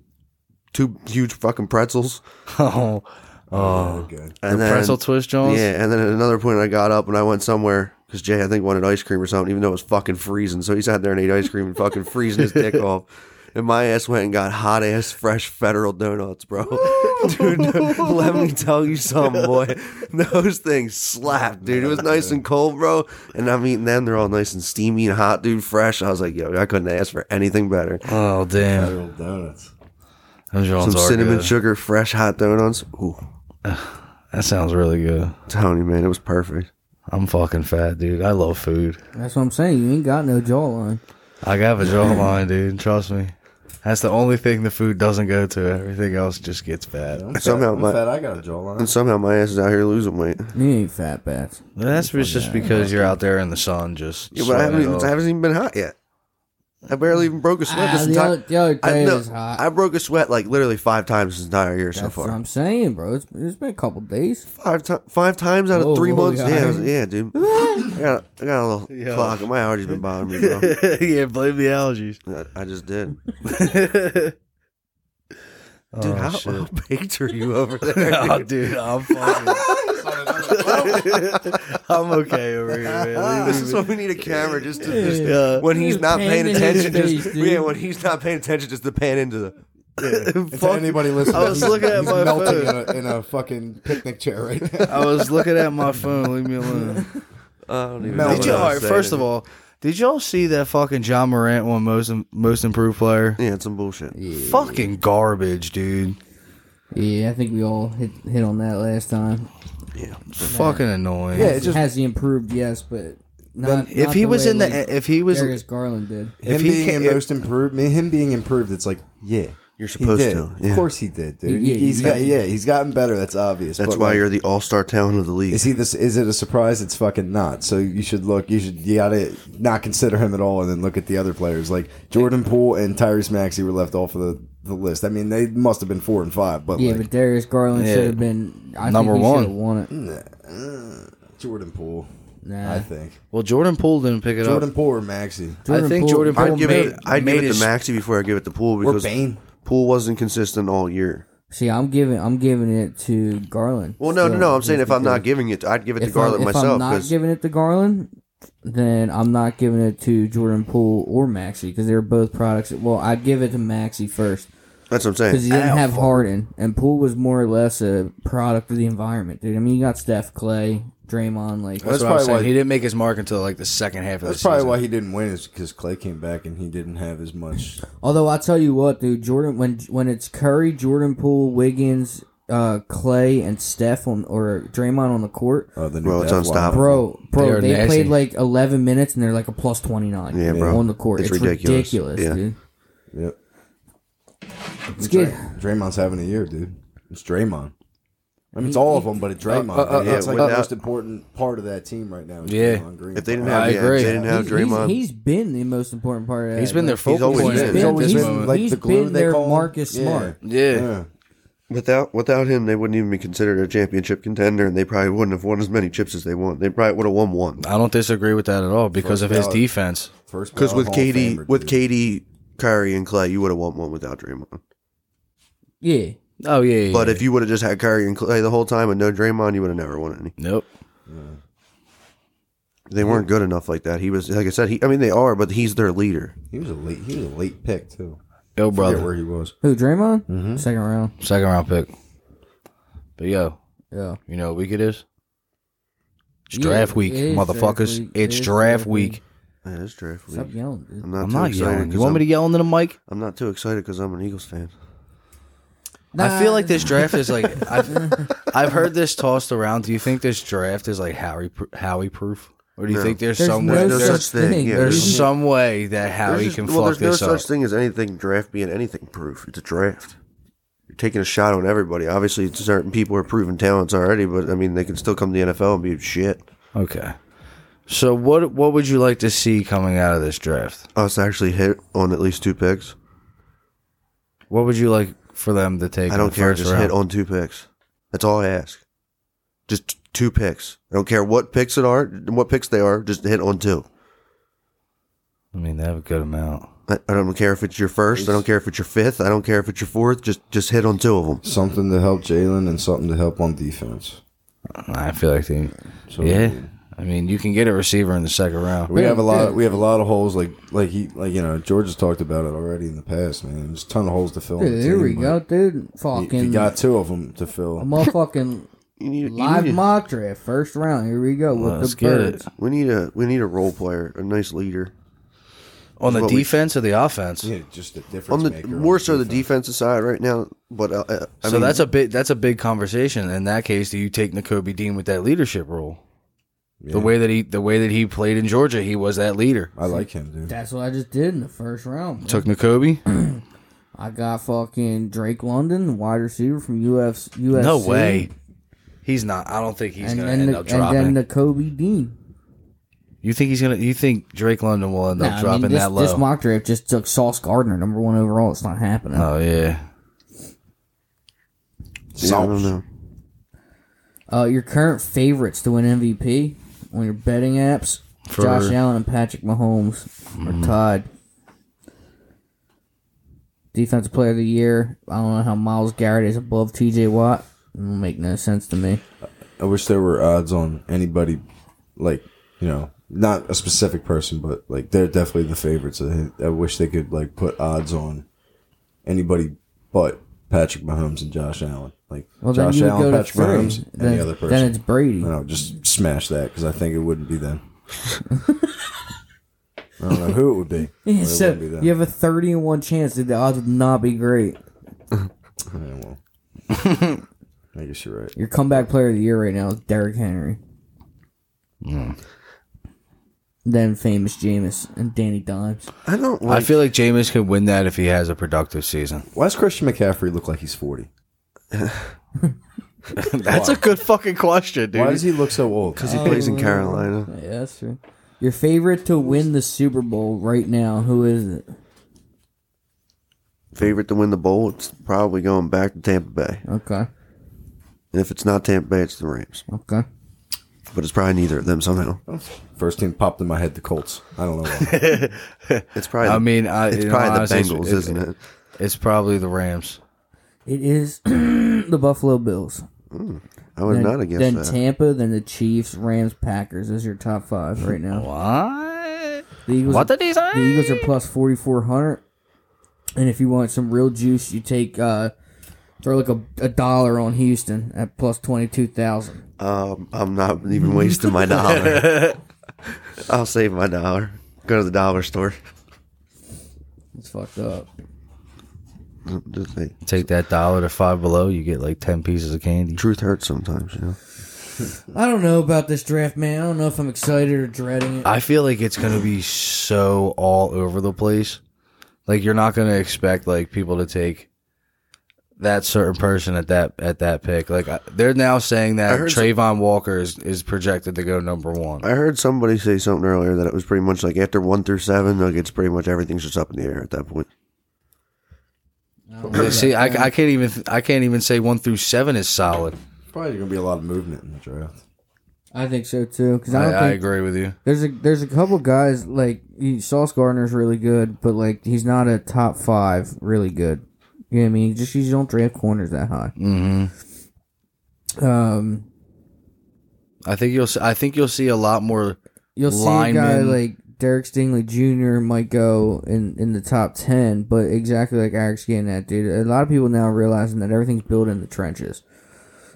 D: two huge fucking pretzels,
B: Oh,
C: Oh, good.
D: and
B: the
D: then
B: pretzel twist, Jones.
D: yeah, and then at another point I got up and I went somewhere because Jay I think wanted ice cream or something, even though it was fucking freezing. So he sat there and ate ice cream and fucking freezing his dick off. And my ass went and got hot ass fresh federal donuts, bro. dude, let me tell you something, boy. Those things slapped, dude. It was nice and cold, bro. And I'm eating them. They're all nice and steamy and hot, dude, fresh. I was like, yo, I couldn't ask for anything better.
B: Oh damn.
C: Federal donuts.
B: Those Jones
D: Some
B: are
D: cinnamon
B: good.
D: sugar fresh hot donuts. Ooh,
B: That sounds really good.
D: Tony, man, it was perfect.
B: I'm fucking fat, dude. I love food.
A: That's what I'm saying. You ain't got no jawline.
B: I got a jawline, dude. Trust me. That's the only thing the food doesn't go to. Everything else just gets bad.
C: I'm fat-
D: Somehow
C: I'm
D: my-
C: fat, I got a
D: And
C: jawline.
D: somehow my ass is out here losing weight.
A: You ain't fat bats.
B: That's just, just because you're out there in the sun, just.
D: Yeah, but I
B: sweating
D: haven't,
B: it
D: even,
B: off.
D: I haven't even been hot yet. I barely even broke a sweat this
A: Ah, the
D: entire.
A: other- the other
D: I,
A: day
D: no,
A: was hot.
D: I broke a sweat like literally five times this entire year so
A: That's what
D: far.
A: I'm saying, bro. It's, it's been a couple days.
D: Five times, five times out of
A: Whoa,
D: three
A: whoa,
D: months.
A: yeah.
D: Yeah, it was- yeah, dude. I got, I got a little
E: Yo.
D: clock. My allergies been bothering me, bro.
E: yeah, blame the allergies.
D: I, I just did.
B: Oh,
D: Dude, how,
B: shit.
D: how baked are you over there?
B: oh, dude, I'm fucking. I'm okay over here, man.
D: this is why we need a camera just to just
E: Yeah.
D: when he's
A: Dude,
D: not
A: pan
D: paying
A: into his
D: attention.
A: face,
D: Just
A: dude.
D: yeah, when he's not paying attention, just to pan into the.
C: If anybody listening,
E: I was
C: he's-
E: looking at
C: he's
E: my
C: melting in
E: phone.
C: a, in a fucking picnic chair right now.
E: I was looking at my phone. Leave me alone.
D: I don't even
C: Melt
D: know
C: it.
E: Did
D: what
E: you,
D: I was
E: all right,
D: saying.
E: first of all, did y'all see that fucking John Morant won most most improved player?
D: yeah, it's some bullshit.
B: Fucking garbage, dude.
A: Yeah, I think we all hit hit on that last time.
B: Fucking annoying.
C: Yeah, it just
A: Has he improved? Yes, but not,
E: If
A: not
E: he
A: the
E: was
A: way
E: in
A: like
E: the, if he was,
A: Darius Garland did.
C: him
E: If he
C: being
E: can-
C: in most improved, me him being improved, it's like yeah, he
D: You're supposed
C: did.
D: to, yeah.
C: Of course he did, dude.
A: Yeah,
C: he's
A: you-
C: got yeah, he's gotten better. That's obvious.
D: That's
C: but,
D: why
C: like,
D: you're the all star talent of the league.
C: Is he this? Is it a surprise? It's fucking not. So you should look. You should. You gotta not consider him at all, and then look at the other players like Jordan Poole and Tyrese Maxey were left off of the, the list. I mean, they must have been four and five, but
A: Yeah,
C: like
A: but Darius Garland
B: Yeah.
A: should have been I
B: Number
A: think he
B: one.
A: should have Won it.
C: Jordan Poole.
A: Nah.
C: I think
B: Well, Jordan Poole didn't pick it
C: Jordan
B: up.
C: Poole or Maxi
B: I think Jordan Poole
D: I'd give
B: made,
D: it. I'd
B: made
D: give it
B: his-
D: to Maxi before I give it to Pool
C: or
D: because
C: Bane.
D: Pool wasn't consistent all year.
A: See, I'm giving I'm giving it to Garland.
D: Well, no, no,
A: still,
D: no. I'm saying
A: just
D: if I'm not
A: because-
D: giving it, I'd give it to
A: if I'm-
D: Garland
A: if
D: myself.
A: I'm not
D: 'cause-
A: giving it to Garland, then I'm not giving it to Jordan Poole or Maxi because they're both products. Well, I'd give it to Maxi first
D: that's what I'm
A: because
D: saying.
A: he didn't have Harden, and Poole was more or less a product of the environment, dude. I mean, you got Steph, Clay, Draymond, like
B: That's,
C: That's
B: what I'm
C: probably
B: saying.
C: why-
B: he didn't make his mark until like the second half of
C: That's
B: the
C: probably
B: season.
C: why he didn't win is because Clay came back and he didn't have as much.
A: Although I tell you what, dude, Jordan when when it's Curry, Jordan Poole, Wiggins, uh, Clay, and Steph on or Draymond on the court,
C: Uh, the new
D: Bro, it's
C: death lineup.
D: unstoppable.
A: bro,
B: They
A: bro,
B: are
A: they,
B: nasty.
A: played like eleven minutes and they're like a plus twenty nine.
D: Yeah, bro.
A: on the court, it's,
D: It's
A: ridiculous,
D: ridiculous. Yeah.
A: dude.
C: Yep.
A: It's good.
C: Draymond's having a year, dude. It's Draymond. I mean, it's all of them, but it's Draymond.
B: Uh, uh, uh,
C: that's like
D: without-
C: the most important part of that team right now. is
B: Yeah.
C: Draymond Green.
D: If they didn't
B: I
D: have, yeah,
B: agree.
D: if they didn't have
A: He's- he's-
D: Draymond.
A: he's been the most important part of that.
B: He's been their focal
D: always
B: point
D: been-
B: at
D: he's
B: this
A: always been-
B: moment.
A: he's been their Marcus Smart.
B: Yeah.
D: Without without him, they wouldn't even be considered a championship contender, and they probably wouldn't have won as many chips as they won. They probably would have won one.
B: I don't disagree with that at all because
C: First
B: of his
C: ballot.
B: defense.
C: First,
D: Because with
C: Katie,
D: KD, with KD, Kyrie, and Clay, you would have won one without Draymond.
A: yeah.
B: Oh yeah. yeah,
D: But
B: yeah.
D: if you would have just had Kyrie and Clay the whole time and no Draymond, you would have never won any.
B: nope.
D: They weren't good enough like that. He was, like I said, he. I mean, they are, but he's their leader.
C: he was a late, he was a late pick too.
B: Yo,
C: Forget
B: brother.
C: where he was.
A: Who Draymond?
B: Mm-hmm.
A: Second round.
B: Second round pick. But yo,
A: Yeah.
B: you know what week it is? It's
A: Yeah,
B: draft week,
A: it is
B: motherfuckers.
A: draft week. It
B: It's
A: is
B: draft
A: draft
B: week.
A: week.
D: That is draft
A: Stop
D: league.
A: yelling, dude.
D: I'm not
B: I'm
D: too
B: not
D: excited.
B: yelling.
D: 'cause
B: You want
D: I'm,
B: me to yell into the mic?
D: I'm not too excited because I'm an Eagles fan.
B: I feel like this draft is like I've, I've heard this tossed around. Do you think this draft is like Howie pr- Howie proof, or do you
D: No.
B: think there's,
A: There's
B: some
A: no
B: way
D: there's
B: there's,
D: such thing, yeah,
B: there's
A: dude.
D: there's-
B: some way that Howie
D: There's just-
B: can
D: well,
B: fuck
D: there's no
B: this up?
D: such thing as anything draft being anything proof. It's a draft. You're taking a shot on everybody. Obviously, certain people are proven talents already, but I mean, they can still come to the NFL and be shit.
B: Okay, so what what would you like to see coming out of this draft?
D: Us actually hit on at least two picks.
B: What would you like for them to take?
D: I
B: in
D: don't
B: the
D: care.
B: first
D: Just
B: round?
D: hit on two picks. That's all I ask. Just t- two picks. I don't care what picks it are, what picks they are. Just hit on two.
B: I mean, they have a good amount.
D: I, I don't care if it's your first. I don't care if it's your fifth. I don't care if it's your fourth. Just just hit on two of them.
C: Something to help Jalen and something to help on defense.
B: I feel like they.
C: So
B: yeah, I mean, you can get a receiver in the second round.
C: We have a lot. We have a lot of holes. Like like he like you know George has talked about it already in the past. Man, there's a ton of holes to fill. in
A: Dude,
C: the
A: here
C: team,
A: we
C: but
A: go, dude.
C: If you
A: Fucking
C: got two of them to
A: a
C: fill.
A: motherfucking
D: You need, you
A: live
D: need-
A: mock draft, first round. Here we go with
B: Let's
A: the
B: get
A: birds.
B: it
D: we need a we need a role player, a nice leader.
B: on the
D: What we-
B: defense or the offense.
C: Yeah, just a difference
D: on the
C: maker.
D: more so the defensive side right now. But uh, uh, I
B: so
D: mean,
B: that's a bit that's a big conversation. In that case, do you take N'Kobe Dean with that leadership role? The way that he the way that he played in Georgia, he was that leader.
C: I like him, dude.
A: That's what I just did in the first round.
B: Took N'Kobe?
A: I got fucking Drake London, wide receiver from UF, USC.
B: No way. He's not. I don't think he's
A: and
B: gonna
A: then
B: end
A: the,
B: up
A: and
B: dropping.
A: then the Kobe Dean.
B: you think he's gonna? You think Drake London will end up
A: Nah, I
B: dropping
A: mean, this,
B: that low?
A: This mock draft just took Sauce Gardner, number one overall. It's not happening.
B: oh yeah.
D: yeah, I don't know.
A: Uh, your current favorites to win MVP on your betting apps:
B: For-
A: Josh Allen and Patrick Mahomes are tied. Defensive Player of the Year. I don't know how Miles Garrett is above T.J. Watt. It don't make no sense to me.
C: I wish there were odds on anybody, like you know, not a specific person, but like they're definitely the favorites. I, I wish they could like put odds on anybody but Patrick Mahomes and Josh Allen, like
A: Well, then
C: Josh
A: you would
C: Allen,
A: go to
C: Patrick
A: three.
C: Mahomes, and
A: Then-
C: the other person.
A: Then it's Brady.
C: and I'll just smash that because I think it wouldn't be them. I don't know who it would be. but it
A: so
C: wouldn't be them.
A: you have a thirty and one chance that the odds would not be great.
C: Yeah, well, I guess you're right.
A: Your comeback player of the year right now is Derrick Henry.
C: Hmm.
A: Then famous Jameis and Danny Dimes.
D: I don't.
B: I
D: Like,
B: feel like Jameis could win that if he has a productive season.
C: Why does Christian McCaffrey look like he's forty?
B: That's a good fucking question, dude.
C: Why does he look so old? Because
D: he plays in Carolina.
A: Yeah, that's true. Your favorite to win the Super Bowl right now, who is it?
D: Favorite to win the bowl. It's probably going back to Tampa Bay.
A: Okay.
D: And if it's not Tampa Bay, it's the Rams.
A: Okay.
D: but it's probably neither of them somehow.
C: First team popped in my head, the Colts. I don't know. Why.
D: It's probably.
B: I mean, I-
D: it's
B: you know,
D: probably the
B: honestly, it's-
D: Bengals,
B: it's-
D: isn't it?
B: It's probably the Rams.
A: It is the Buffalo Bills.
D: I would
A: Then,
D: not against
A: then
D: that.
A: Tampa, then the Chiefs, Rams, Packers. Those are your top five right now.
B: What?
A: The Eagles,
B: What did he say?
A: the Eagles are plus forty four hundred. And if you want some real juice, you take uh, throw like a, a dollar on Houston at plus twenty two thousand.
D: um, I'm not even wasting my dollar. I'll save my dollar. Go to the dollar store.
A: It's fucked up.
D: Just think.
B: Take that dollar to five below, you get like ten pieces of candy.
D: Truth hurts sometimes, you know.
A: I don't know about this draft, man. I don't know if I'm excited or dreading it.
B: I feel like it's gonna be so all over the place. Like you're not gonna expect like people to take that certain person at that at that pick. Like I, they're now saying that
D: heard
B: Trayvon Walker is, is projected to go number one.
D: I heard somebody say something earlier that it was pretty much like after one through seven, like it's pretty much everything's just up in the air at that point.
B: See, I, I can't even I can't even say one through seven is solid.
C: Probably going to be a lot of movement in the draft.
A: I think so too. Because I
B: I,
A: don't
B: I,
A: think
B: agree with you.
A: There's a there's a couple guys like he, Sauce Gardner's really good, but like he's not a top five really good. You know what I mean? Just you don't draft corners that high. Mm-hmm. Um,
B: I think you'll see, I think you'll see a lot more.
A: you'll see a guy
B: Linemen.
A: like Derek Stingley Jr. might go in in the top ten, but exactly like Eric's getting at, dude. A lot of people now realizing that everything's built in the trenches.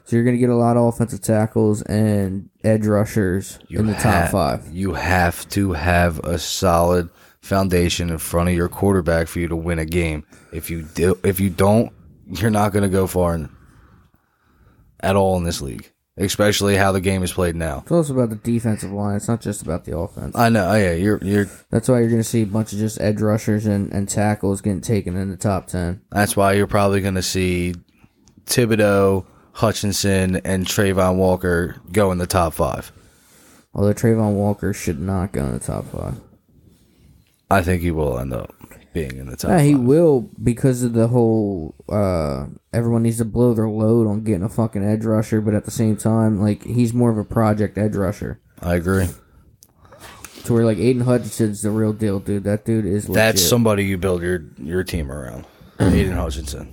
A: So you're gonna get a lot of offensive tackles and edge rushers in the top
B: ha-
A: five.
B: You have to have a solid foundation in front of your quarterback for you to win a game. If you do, if you don't, you're not going to go far in, at all in this league, especially how the game is played now.
A: It's also about the defensive line. It's not just about the offense.
B: I know. oh, yeah, you're you're.
A: That's why you're going to see a bunch of just edge rushers and, and tackles getting taken in the top 10.
B: That's why you're probably going to see Thibodeau, Hutchinson, and Trayvon Walker go in the top five.
A: Although Trayvon Walker should not go in the top five.
B: I think he will end up being in the top.
A: Yeah, he
B: five.
A: will because of the whole uh, everyone needs to blow their load on getting a fucking edge rusher, but at the same time, like he's more of a project edge rusher.
B: I agree.
A: To where like Aiden Hutchinson's the real deal, dude. That dude is legit.
B: That's somebody you build your your team around. Aiden Hutchinson.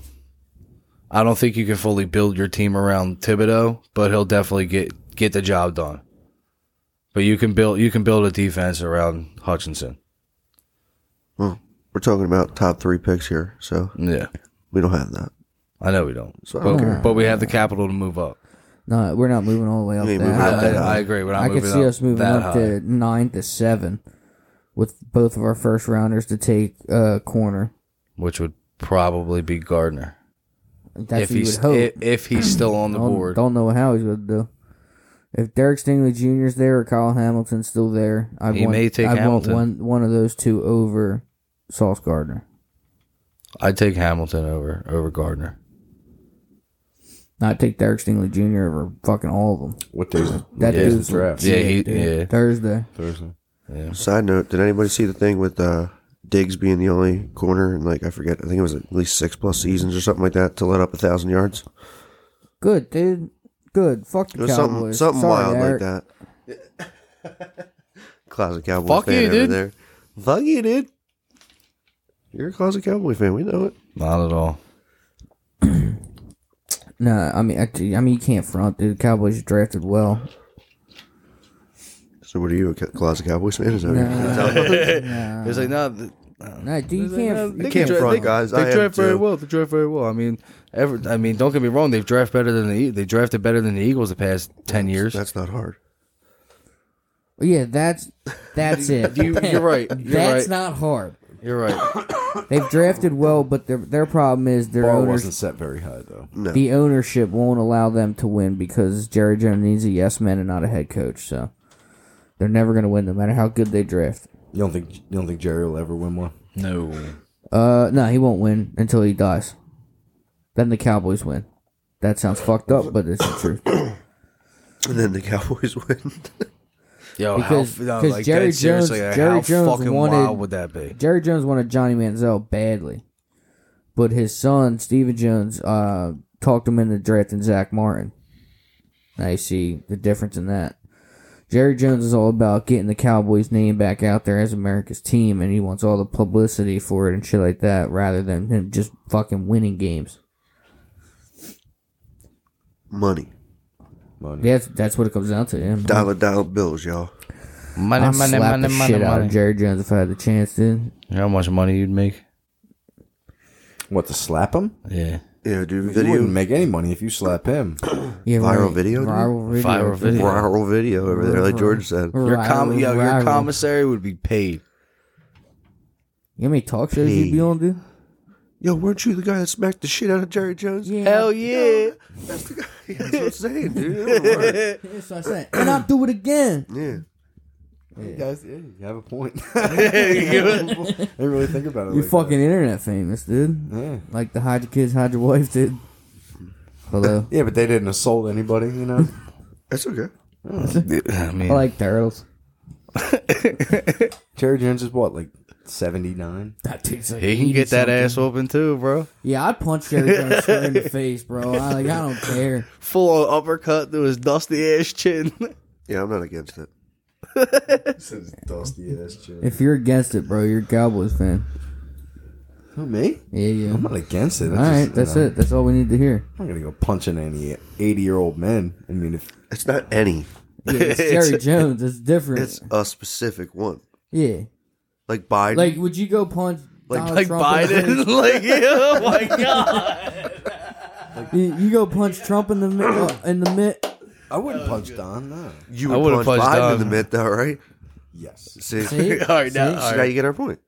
B: I don't think you can fully build your team around Thibodeau, but he'll definitely get get the job done. But you can build you can build a defense around Hutchinson.
D: Well, we're talking about top three picks here, so
B: Yeah,
D: we don't have that.
B: I know we don't,
D: So I
B: but,
D: don't
B: but we have the capital to move up.
A: no, we're not moving all the way up
D: You ain't
A: that
D: moving
B: I,
D: up
A: high.
D: that
B: I- I
D: high.
B: agree. We're not
A: I could
B: moving
A: see
B: up
A: us moving
B: that
A: up
B: high.
A: to nine to seven with both of our first rounders to take uh, corner.
B: which would probably be Gardner
A: That's what
B: if
A: you would
B: he's
A: hope.
B: if, if he's still on the
A: don't,
B: board.
A: don't know how he's going to do. If Derek Stingley Jr.'s there or Kyle Hamilton's still there, I
B: He
A: want,
B: may take
A: I'd
B: Hamilton.
A: want one, one of those two over Sauce Gardner.
B: I'd take Hamilton over over Gardner.
A: Not take Derek Stingley Jr. over fucking all of them.
C: What day's what
A: That
C: day's
A: dude's
C: the draft?
B: Yeah, he, yeah.
A: Thursday.
C: Thursday.
D: Side note: Did anybody see the thing with uh, Diggs being the only corner and like I forget? I think it was at least six plus seasons or something like that to let up a thousand yards.
A: Good, dude. Good. Fuck
D: It
A: the
D: was something
A: Cowboys.
D: something
A: Sorry,
D: wild
A: Eric.
D: like that. closet Cowboy
B: Fuck
D: fan
B: you,
D: over
B: dude.
D: there. Fuck you, dude. You're a closet Cowboy fan. We know it.
B: Not at all.
A: Nah, I mean, I, I mean, you can't front, dude. Cowboys drafted well.
D: So, what are you, a co- closet Cowboys fan? Is that what you're-
A: Nah.
B: It's like no, th-
A: Nah, dude, you
B: They-
A: can't.
D: You
B: they
D: can't
B: dra-
D: front,
B: they,
D: guys.
B: They
D: I am
B: draft very
D: too.
B: well. They draft very well. I mean, ever. I mean, don't get me wrong. They've drafted better than the. E- They drafted better than the Eagles the past ten years.
D: That's not hard.
A: Yeah, that's that's it.
B: You- you're right. You're
A: that's
B: right.
A: not hard.
B: You're right.
A: They've drafted well, but their their problem is their
C: Bar
A: owners,
C: wasn't set very high though.
A: the ownership won't allow them to win because Jerry Jones needs a yes man and not a head coach. So they're never going to win, no matter how good they draft.
C: You don't think you don't think Jerry will ever win one?
B: No.
A: Uh, no, he won't win until he dies. Then the Cowboys win. That sounds fucked up, but it's the truth.
D: And then the Cowboys win.
B: Yo,
A: Because-
B: how, no,
A: 'cause
B: like,
A: Jerry
B: dead seriously,
A: Jones-
B: like,
A: Jerry
B: how
A: Jones
B: fucking
A: wanted-
B: wild would that be?
A: Jerry Jones wanted Johnny Manziel badly, but his son Steven Jones uh, talked him into drafting Zach Martin. Now you see the difference in that. Jerry Jones is all about getting the Cowboys name back out there as America's team, and he wants all the publicity for it and shit like that, rather than him just fucking winning games.
D: Money.
C: Money.
A: That's that's what it comes down to. Yeah.
D: Dollar down bills, y'all.
B: Money,
A: I'd slap the shit out of Jerry Jones if I had the chance, dude.
B: You know how much money you'd make?
C: What to slap him?
B: Yeah.
D: Yeah, dude.
C: You wouldn't
D: Video.
C: make any money if you slap him.
A: Yeah,
D: Viral video, dude?
A: Viral video.
B: Viral
A: dude.
B: video.
D: Viral video over there, like George said.
E: Your,
A: Viral,
E: com- yo, your
A: viral.
E: commissary would be paid.
A: You know how many talk shows you be
D: Hey.
A: on, dude?
D: Yo, weren't you the guy that smacked the shit out of Jerry Jones?
E: Hell yeah.
D: Yeah, that's what I'm saying, dude. That don't work.
A: That's what I said. And I'll do it again.
D: Yeah.
C: guys, you have a point. I didn't really think about it.
A: You're
C: like
A: fucking internet famous, dude.
C: that. Yeah.
A: Like the hide your kids, hide your wife, dude. Hello.
C: yeah, but they didn't assault anybody, you know.
D: That's okay.
B: I mean,
A: I like turtles.
C: Terry Jones is what, like seventy nine?
A: That dude's like
B: he can
A: 80
B: get that
A: something.
B: ass open too, bro.
A: Yeah, I'd punch Jerry Jones square in the face, bro. I like I don't care.
E: Full on uppercut to his dusty ass chin.
D: Yeah, I'm not against it.
C: Says dusty ass shit.
A: If you're against it, bro, you're a Cowboys fan.
C: Who me?
A: Yeah,
E: Oh
A: yeah.
C: I'm not against it.
A: All right, that's it. That's all we need to hear.
C: I'm not gonna go punching any eighty year old men. I mean, if
D: It's not any.
A: Yeah, it's Jerry Jones. It's different.
D: It's a specific one.
A: yeah.
D: Like Biden.
A: Like, would you go punch Donald
B: Like
A: Trump? In the
B: Biden. like, yeah, oh my God.
A: you, you go punch Trump in the mi- uh, in the mitt.
C: I wouldn't punch Don, no.
D: you
B: I
D: would
B: would've
D: punch Biden
B: punched
D: in the
B: Don.
D: mid, though, right?
C: Yes.
D: See,
A: See?
B: All right, now,
A: See?
B: all
D: So
B: right.
D: now you get our point.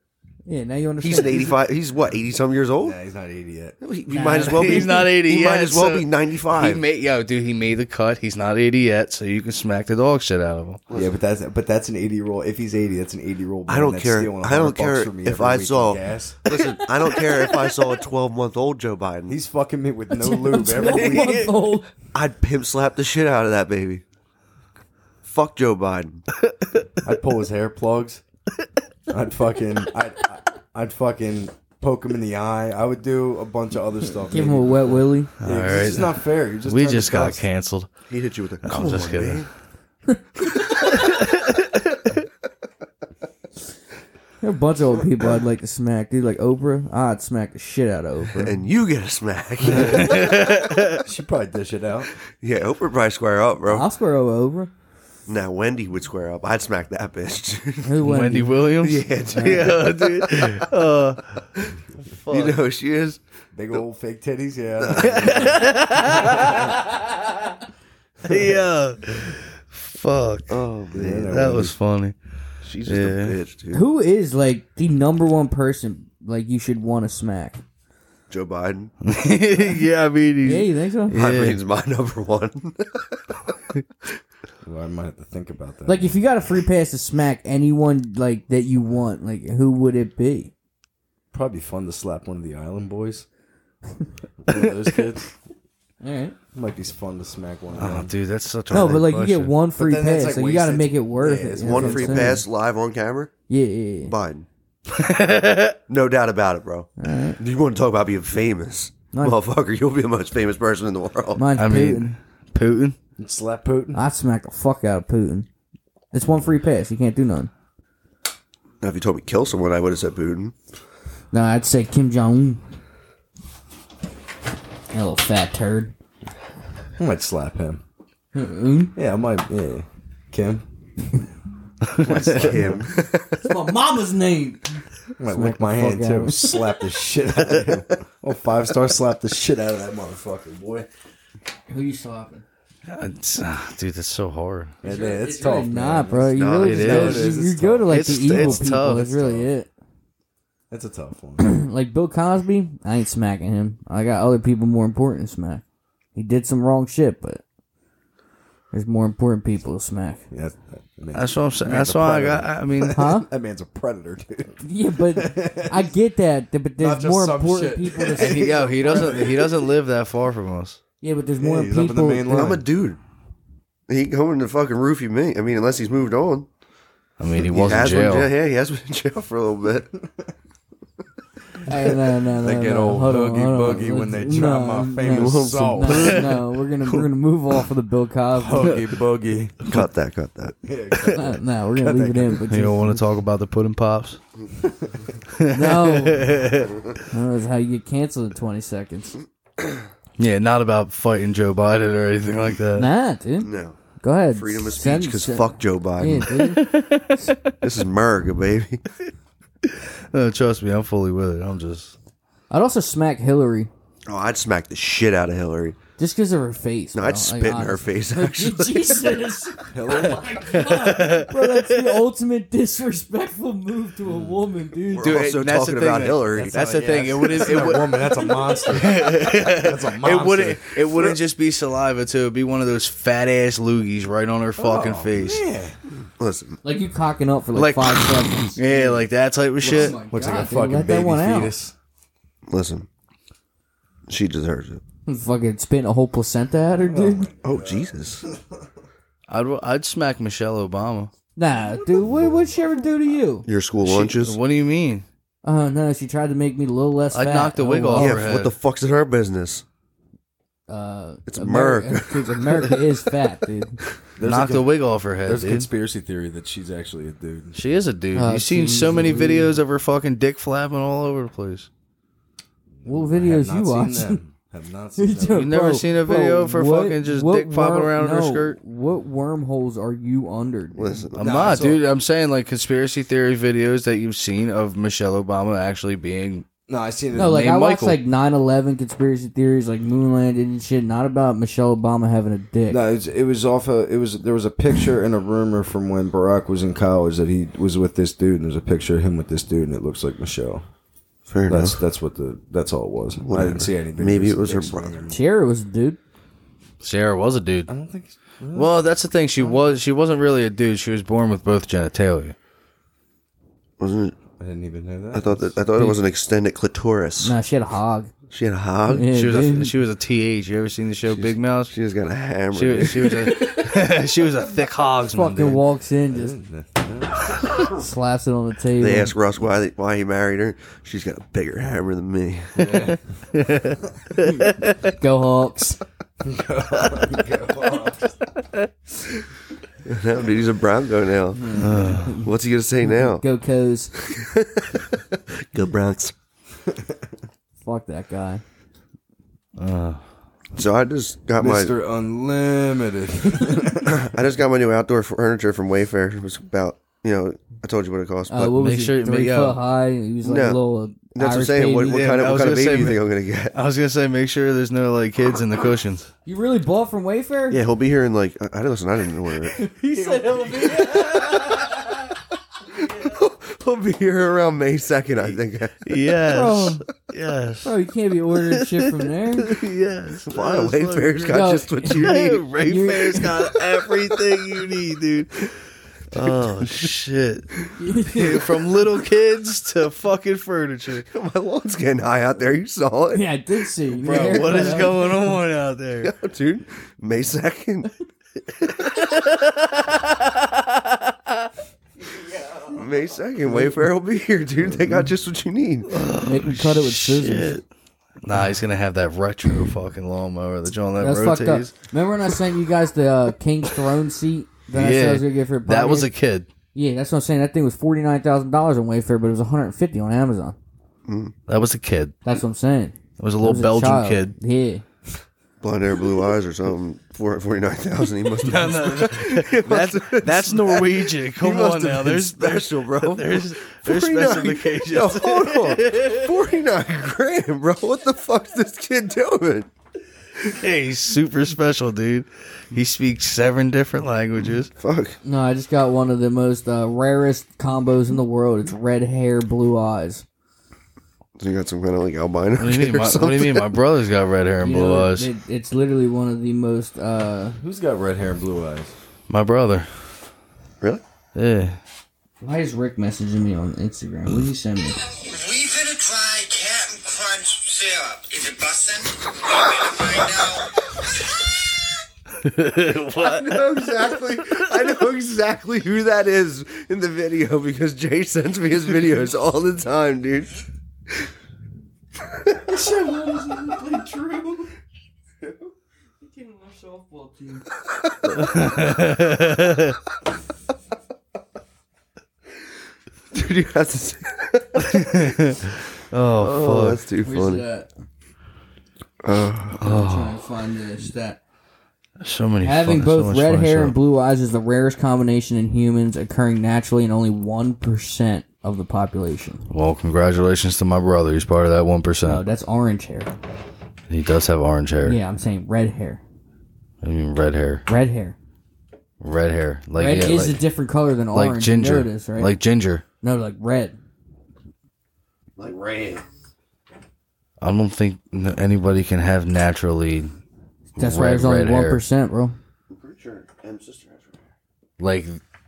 A: Yeah, now you understand.
D: He's an 85. He's what, 80 some years old?
C: Nah, he's not eighty yet.
D: He, he might as well be.
B: He's not 80
D: He might
B: yet,
D: as well
B: so-
D: be 95.
B: He made yo, dude. He made the cut. He's not eighty yet, so you can smack the dog shit out of him.
C: Yeah, but that's but that's an eighty year old. If he's eighty, that's an eighty year old.
D: I don't care. I don't care if I saw.
C: Gas.
D: Listen, I don't care if I saw a 12 month old Joe Biden.
C: He's fucking me with no lube every
A: One
C: week.
A: month old.
D: I'd pimp slap the shit out of that baby. Fuck Joe Biden.
C: I'd pull his hair plugs. I'd fucking. I'd, I'd fucking poke him in the eye. I would do a bunch of other stuff.
A: Give him
C: maybe.
A: a wet willy.
C: Yeah, 'cause It's just not fair. You're just
B: We
C: trying to
B: just got
C: cuss.
B: canceled.
D: He hit you with a.
B: I'm
D: Come
B: just
D: on, man.
B: kidding.
A: There are a bunch of old people I'd like to smack, dude. Like Oprah, I'd smack the shit out of Oprah.
D: And you get a smack.
C: She'd probably dish it out.
D: yeah, Oprah probably square up, bro.
A: I'll square over Oprah.
D: Now Wendy would square up. I'd smack that bitch.
A: Who wouldn't?
B: Wendy Williams.
D: yeah, dude.
B: Yeah, dude. Uh,
D: you know who she is.
C: Big old fake titties. Yeah.
B: yeah. Fuck.
D: Oh man,
B: That was funny.
D: she's just
B: Yeah.
D: a bitch, dude.
A: Who is like the number one person like you should want to smack?
D: Joe Biden.
B: yeah, I mean, he's,
A: Yeah, you think so?
D: I mean, he's my number one.
C: well, I might have to think about that.
A: Like if you got a free pass to smack anyone like that you want, like who would it be?
C: probably fun to slap one of the island boys. One of those kids
A: All right.
C: might be fun to smack one. Of them.
B: oh, dude, that's such a
A: No,
B: hard
A: but like you get
B: question.
A: one free
C: then that's,
A: pass,
C: like,
A: so you got to
C: wasted.
A: make it worth
C: Yeah,
A: it.
C: it's
A: you know what
D: one
A: I'm
D: free
A: saying?
D: pass live on camera.
A: Yeah, yeah, yeah.
D: Biden. no doubt about it, bro. You want to talk about being famous, motherfucker? You'll be the most famous person in the world.
A: Mine's
B: I
A: Putin.
B: mean, Putin.
C: Slap Putin.
A: I'd smack the fuck out of Putin. It's one free pass. You can't do nothing.
D: now, if you told me kill someone, I would have said Putin.
A: No, I'd say Kim Jong Un. That little fat turd.
C: I might slap him.
A: Mm-hmm.
C: Yeah, I might. Yeah, Kim.
D: Him.
A: That's my mama's name.
C: I might lick my
A: the
C: hand
A: fuck out of
C: too.
A: him.
C: Slap the shit out of him. Oh, five star slap the shit out of that motherfucker, boy.
A: Who you slapping?
B: It's, ah, dude, that's so hard.
C: Yeah, yeah, it's,
A: Really
C: tough.
A: not,
C: man.
A: bro. You
B: not.
A: really
B: It
A: just go,
B: is.
A: you-
C: It's
A: you
C: tough.
A: go to like
B: It's-
A: the evil
B: it's
A: people.
B: tough.
A: That's
B: It's
A: really it.
C: That's a tough one.
A: Like Bill Cosby, I ain't smacking him. I got other people more important to smack. He did some wrong shit, but there's more important people to smack.
C: Yeah, that, that man's,
B: That's what I'm saying. That's why I got. I mean,
A: Huh?
C: that man's a predator, dude.
A: Yeah, but I get that, th- but
C: Not
A: there's
C: just
A: more
C: some
A: important
C: shit.
A: people to
B: and he, yo, he doesn't. He doesn't live that far from us.
A: Yeah, but there's more
C: he's up in the
A: people.
C: main
A: that-
C: line.
D: I'm a dude. He coming to fucking roofie me. I mean, unless he's moved on.
B: I mean, he
D: He
B: was in
D: has
B: jail.
D: Been, yeah, he has been in jail for a little bit.
A: Hey, no, no, no,
B: They get
A: no.
B: old
A: hold on,
B: boogie
A: hold on.
B: boogie when they
A: Let's-
B: try
A: no,
B: my
A: no,
B: famous
A: no,
B: salt.
A: No, no, we're gonna we're gonna move off of the Bill Cosby.
B: Boogie boogie.
D: Cut that, cut that.
A: no, no, we're gonna leave it in. But
B: You don't
A: just,
B: want to talk about the pudding pops?
A: no, no, that's how you get canceled in twenty seconds.
B: Yeah, not about fighting Joe Biden or anything like that.
A: Nah, dude,
D: No.
A: go ahead.
D: Freedom of speech
A: Send-
D: because
A: send-
D: fuck Joe
A: Yeah,
D: Biden.
A: dude.
D: This is America, baby.
B: No, trust me, I'm fully with it. I'm just
A: I'd also smack Hillary
D: Oh, I'd smack the shit out of Hillary.
A: just because of her face.
D: No,
A: bro.
D: I'd spit in her
A: honestly.
D: face, actually.
A: Jesus. Oh Bro, that's the ultimate disrespectful move to a woman, dude.
D: We're
B: Dude,
D: also
B: and that's
D: talking
B: the thing
D: about
B: that-
D: Hillary.
B: that's the thing. It wouldn't. It, would,
C: That woman, that's a monster. that's a monster.
B: it wouldn't.
E: It wouldn't just be saliva too. It'd be one of those fat ass loogies right on
B: Oh,
E: her fucking face.
C: Yeah.
D: Listen,
A: Like you cocking up for like,
E: Like-
A: five seconds.
E: Yeah, like that type of shit.
A: Oh my
C: Looks
A: God,
C: like
A: dude,
C: a fucking
A: let that
C: baby
A: one
C: fetus.
D: listen. She deserves it.
A: out. Fucking spitting a whole placenta at her, dude.
D: Oh, Jesus.
B: I'd. I'd smack Michelle Obama.
A: Nah, dude, what what she ever do to you?
D: Your school lunches?
B: What do you mean?
A: Oh no, she tried to make me a little less.
B: I
A: fat.
B: knocked the
A: Oh,
B: wig
A: well.
B: off.
D: yeah,
B: overhead.
D: what the fuck's it her business?
A: Uh,
D: It's
A: Ameri-
D: America.
A: dude, America is fat, dude.
B: Knock the wig off her head,
C: There's a
B: dude.
C: conspiracy theory that she's actually a dude.
B: She is a dude.
A: Oh,
B: You've seen so many videos of her fucking dick flapping all over the place.
A: What
C: Have
A: videos
C: not
A: you
C: seen
A: watch?
C: them. Have not seen them.
B: You've never seen a video of her fucking just dick popping around in her skirt?
A: What wormholes are you under? dude?
D: Listen,
B: I'm not, dude. I'm saying like conspiracy theory videos that you've seen of Michelle Obama actually being.
C: No, I seen it.
A: No, like
B: Name
A: I watched
B: Michael.
A: like 9-11 conspiracy theories, like moon landing and shit. Not about Michelle Obama having a dick.
C: No, it was, it was off a. It was there was a picture and a rumor from when Barack was in college that he was with this dude, and there's a picture of him with this dude, and it looks like Michelle.
D: fair
C: That's
D: enough.
C: that's what the that's all it was. I
D: Whatever.
C: didn't see anything.
D: Maybe it was her brother.
A: Tierra was a dude.
B: Sarah was a dude.
C: I don't think.
B: Well, that's the thing. She was. She wasn't really a dude. She was born with both genitalia.
D: Wasn't it?
C: I didn't even know that.
D: I thought that I thought it was an extended clitoris.
A: No, she had a hog.
D: She had a hog.
A: Yeah,
B: She was. A,
A: dude.
B: she was a th. You ever seen the show Big Mouth? She,
D: She just got a hammer.
B: was. She was a. she was a thick hogsman.
A: fucking
B: dude.
A: walks in, just slaps it on the table.
D: They asked Russ why why he married her. She's got a bigger hammer than me.
A: Go Hawks.
D: No, dude, he's a Bronco now. What's he gonna say now?
A: Go Co's.
D: Go Bronx.
A: Fuck that guy.
D: So I just got my
C: Mister Unlimited.
D: I just got my new outdoor furniture from Wayfair. It was about you know I told you what it cost.
A: Uh,
D: but
A: what was
B: make
A: he?
B: sure-
A: three
B: make-
A: foot
B: yo.
A: high. He was like
D: No.
A: a little. uh,
D: that's what I'm
A: Irish
D: saying. What,
A: baby.
D: what
B: Yeah,
D: kind of
B: I
D: what
B: was
D: kind of
B: gonna
D: baby
B: say,
D: you think I'm gonna get?
B: I was gonna say, make sure there's no like kids in the cushions.
A: You really bought from Wayfair?
D: Yeah, he'll be here in like I, I listen. I didn't order it.
A: He said he'll be.
D: he'll be here around May second. I think.
B: Yes.
A: Bro,
B: Yes.
A: bro, Oh, you can't be ordering shit from there.
B: Yes.
D: Why Wayfair's got
A: No.
D: just what you need.
B: Wayfair's got everything you need, dude. Oh shit! Dude, from little kids to fucking furniture,
D: My lawn's getting high out there. You saw it,
A: Yeah, I did see. you.
B: bro. What is going on out there?
D: dude. May second. May second, Wayfair will be here, dude. They got just what you need.
A: Make him cut it with scissors.
B: Shit. Nah, he's gonna have that retro fucking lawnmower that John that
A: That's
B: rotates.
A: fucked up. Remember when I sent you guys the uh, King's Throne seat that I said I was gonna get for a
B: that was a
A: podcast?
B: kid.
A: yeah. That's what I'm saying. That thing was forty nine thousand dollars on Wayfair, but it was one hundred and fifty on Amazon.
B: That was a kid.
A: That's what I'm saying.
B: It was a little
A: It was a
B: Belgian
A: child.
B: kid.
A: Yeah.
D: Blonde hair, blue eyes, or something. Four- 49,000. He must have
B: That's that's Norwegian. Come
D: must
B: on
D: have
B: now.
D: been
B: There's
D: special, bro.
B: There's there's
D: 49
B: specifications.
D: Yo, hold on. 49 grand, bro. What the fuck's this kid doing?
B: Hey, he's super special, dude. He speaks seven different languages.
D: Fuck.
A: No, I just got one of the most uh, rarest combos in the world. It's red hair, blue eyes.
D: So you got some kind of like albino
B: What do you
D: kid
B: mean?
D: or
B: My, what do
D: something?
B: you mean? My brother's got red hair and
A: You
B: blue
A: know,
B: eyes.
A: it- it's literally one of the most. Uh,
C: Who's got red hair and blue eyes?
B: My brother.
D: Really?
B: Yeah.
A: why is Rick messaging me on Instagram? What did he send me?
F: We finna try Captain Crunch syrup. Is it bussin'? We finna find
D: I
F: out.
D: know exactly. I know exactly who that is in the video because Jay sends me his videos all the time, dude.
A: True. Getting my softball team.
D: Dude, you have to. Say-
B: Oh,
D: oh, that's too
A: Where's
D: funny.
A: that?
B: Uh,
A: I'm trying to find the stat.
B: so many.
A: Having
B: fun- oh. so
A: both
B: much
A: red
B: fun
A: hair
B: stuff.
A: and blue eyes is the rarest combination in humans, occurring naturally in only one percent of the population.
B: Well, congratulations to my brother. He's part of that one
A: No,
B: percent.
A: that's orange hair.
B: He does have orange hair.
A: Yeah, I'm saying red hair.
B: I mean, red hair.
A: Red hair.
B: Red hair. Like
A: Red
B: yeah,
A: is
B: like,
A: a different color than
B: like
A: orange.
B: ginger.
A: You know it is, right?
B: Like ginger.
A: no, like red.
D: Like red.
B: I don't think n- anybody can have naturally
A: That's why
B: Red-
A: there's only
B: red
A: one
B: hair.
A: percent, bro.
D: I'm pretty sure M's sister has red.
B: like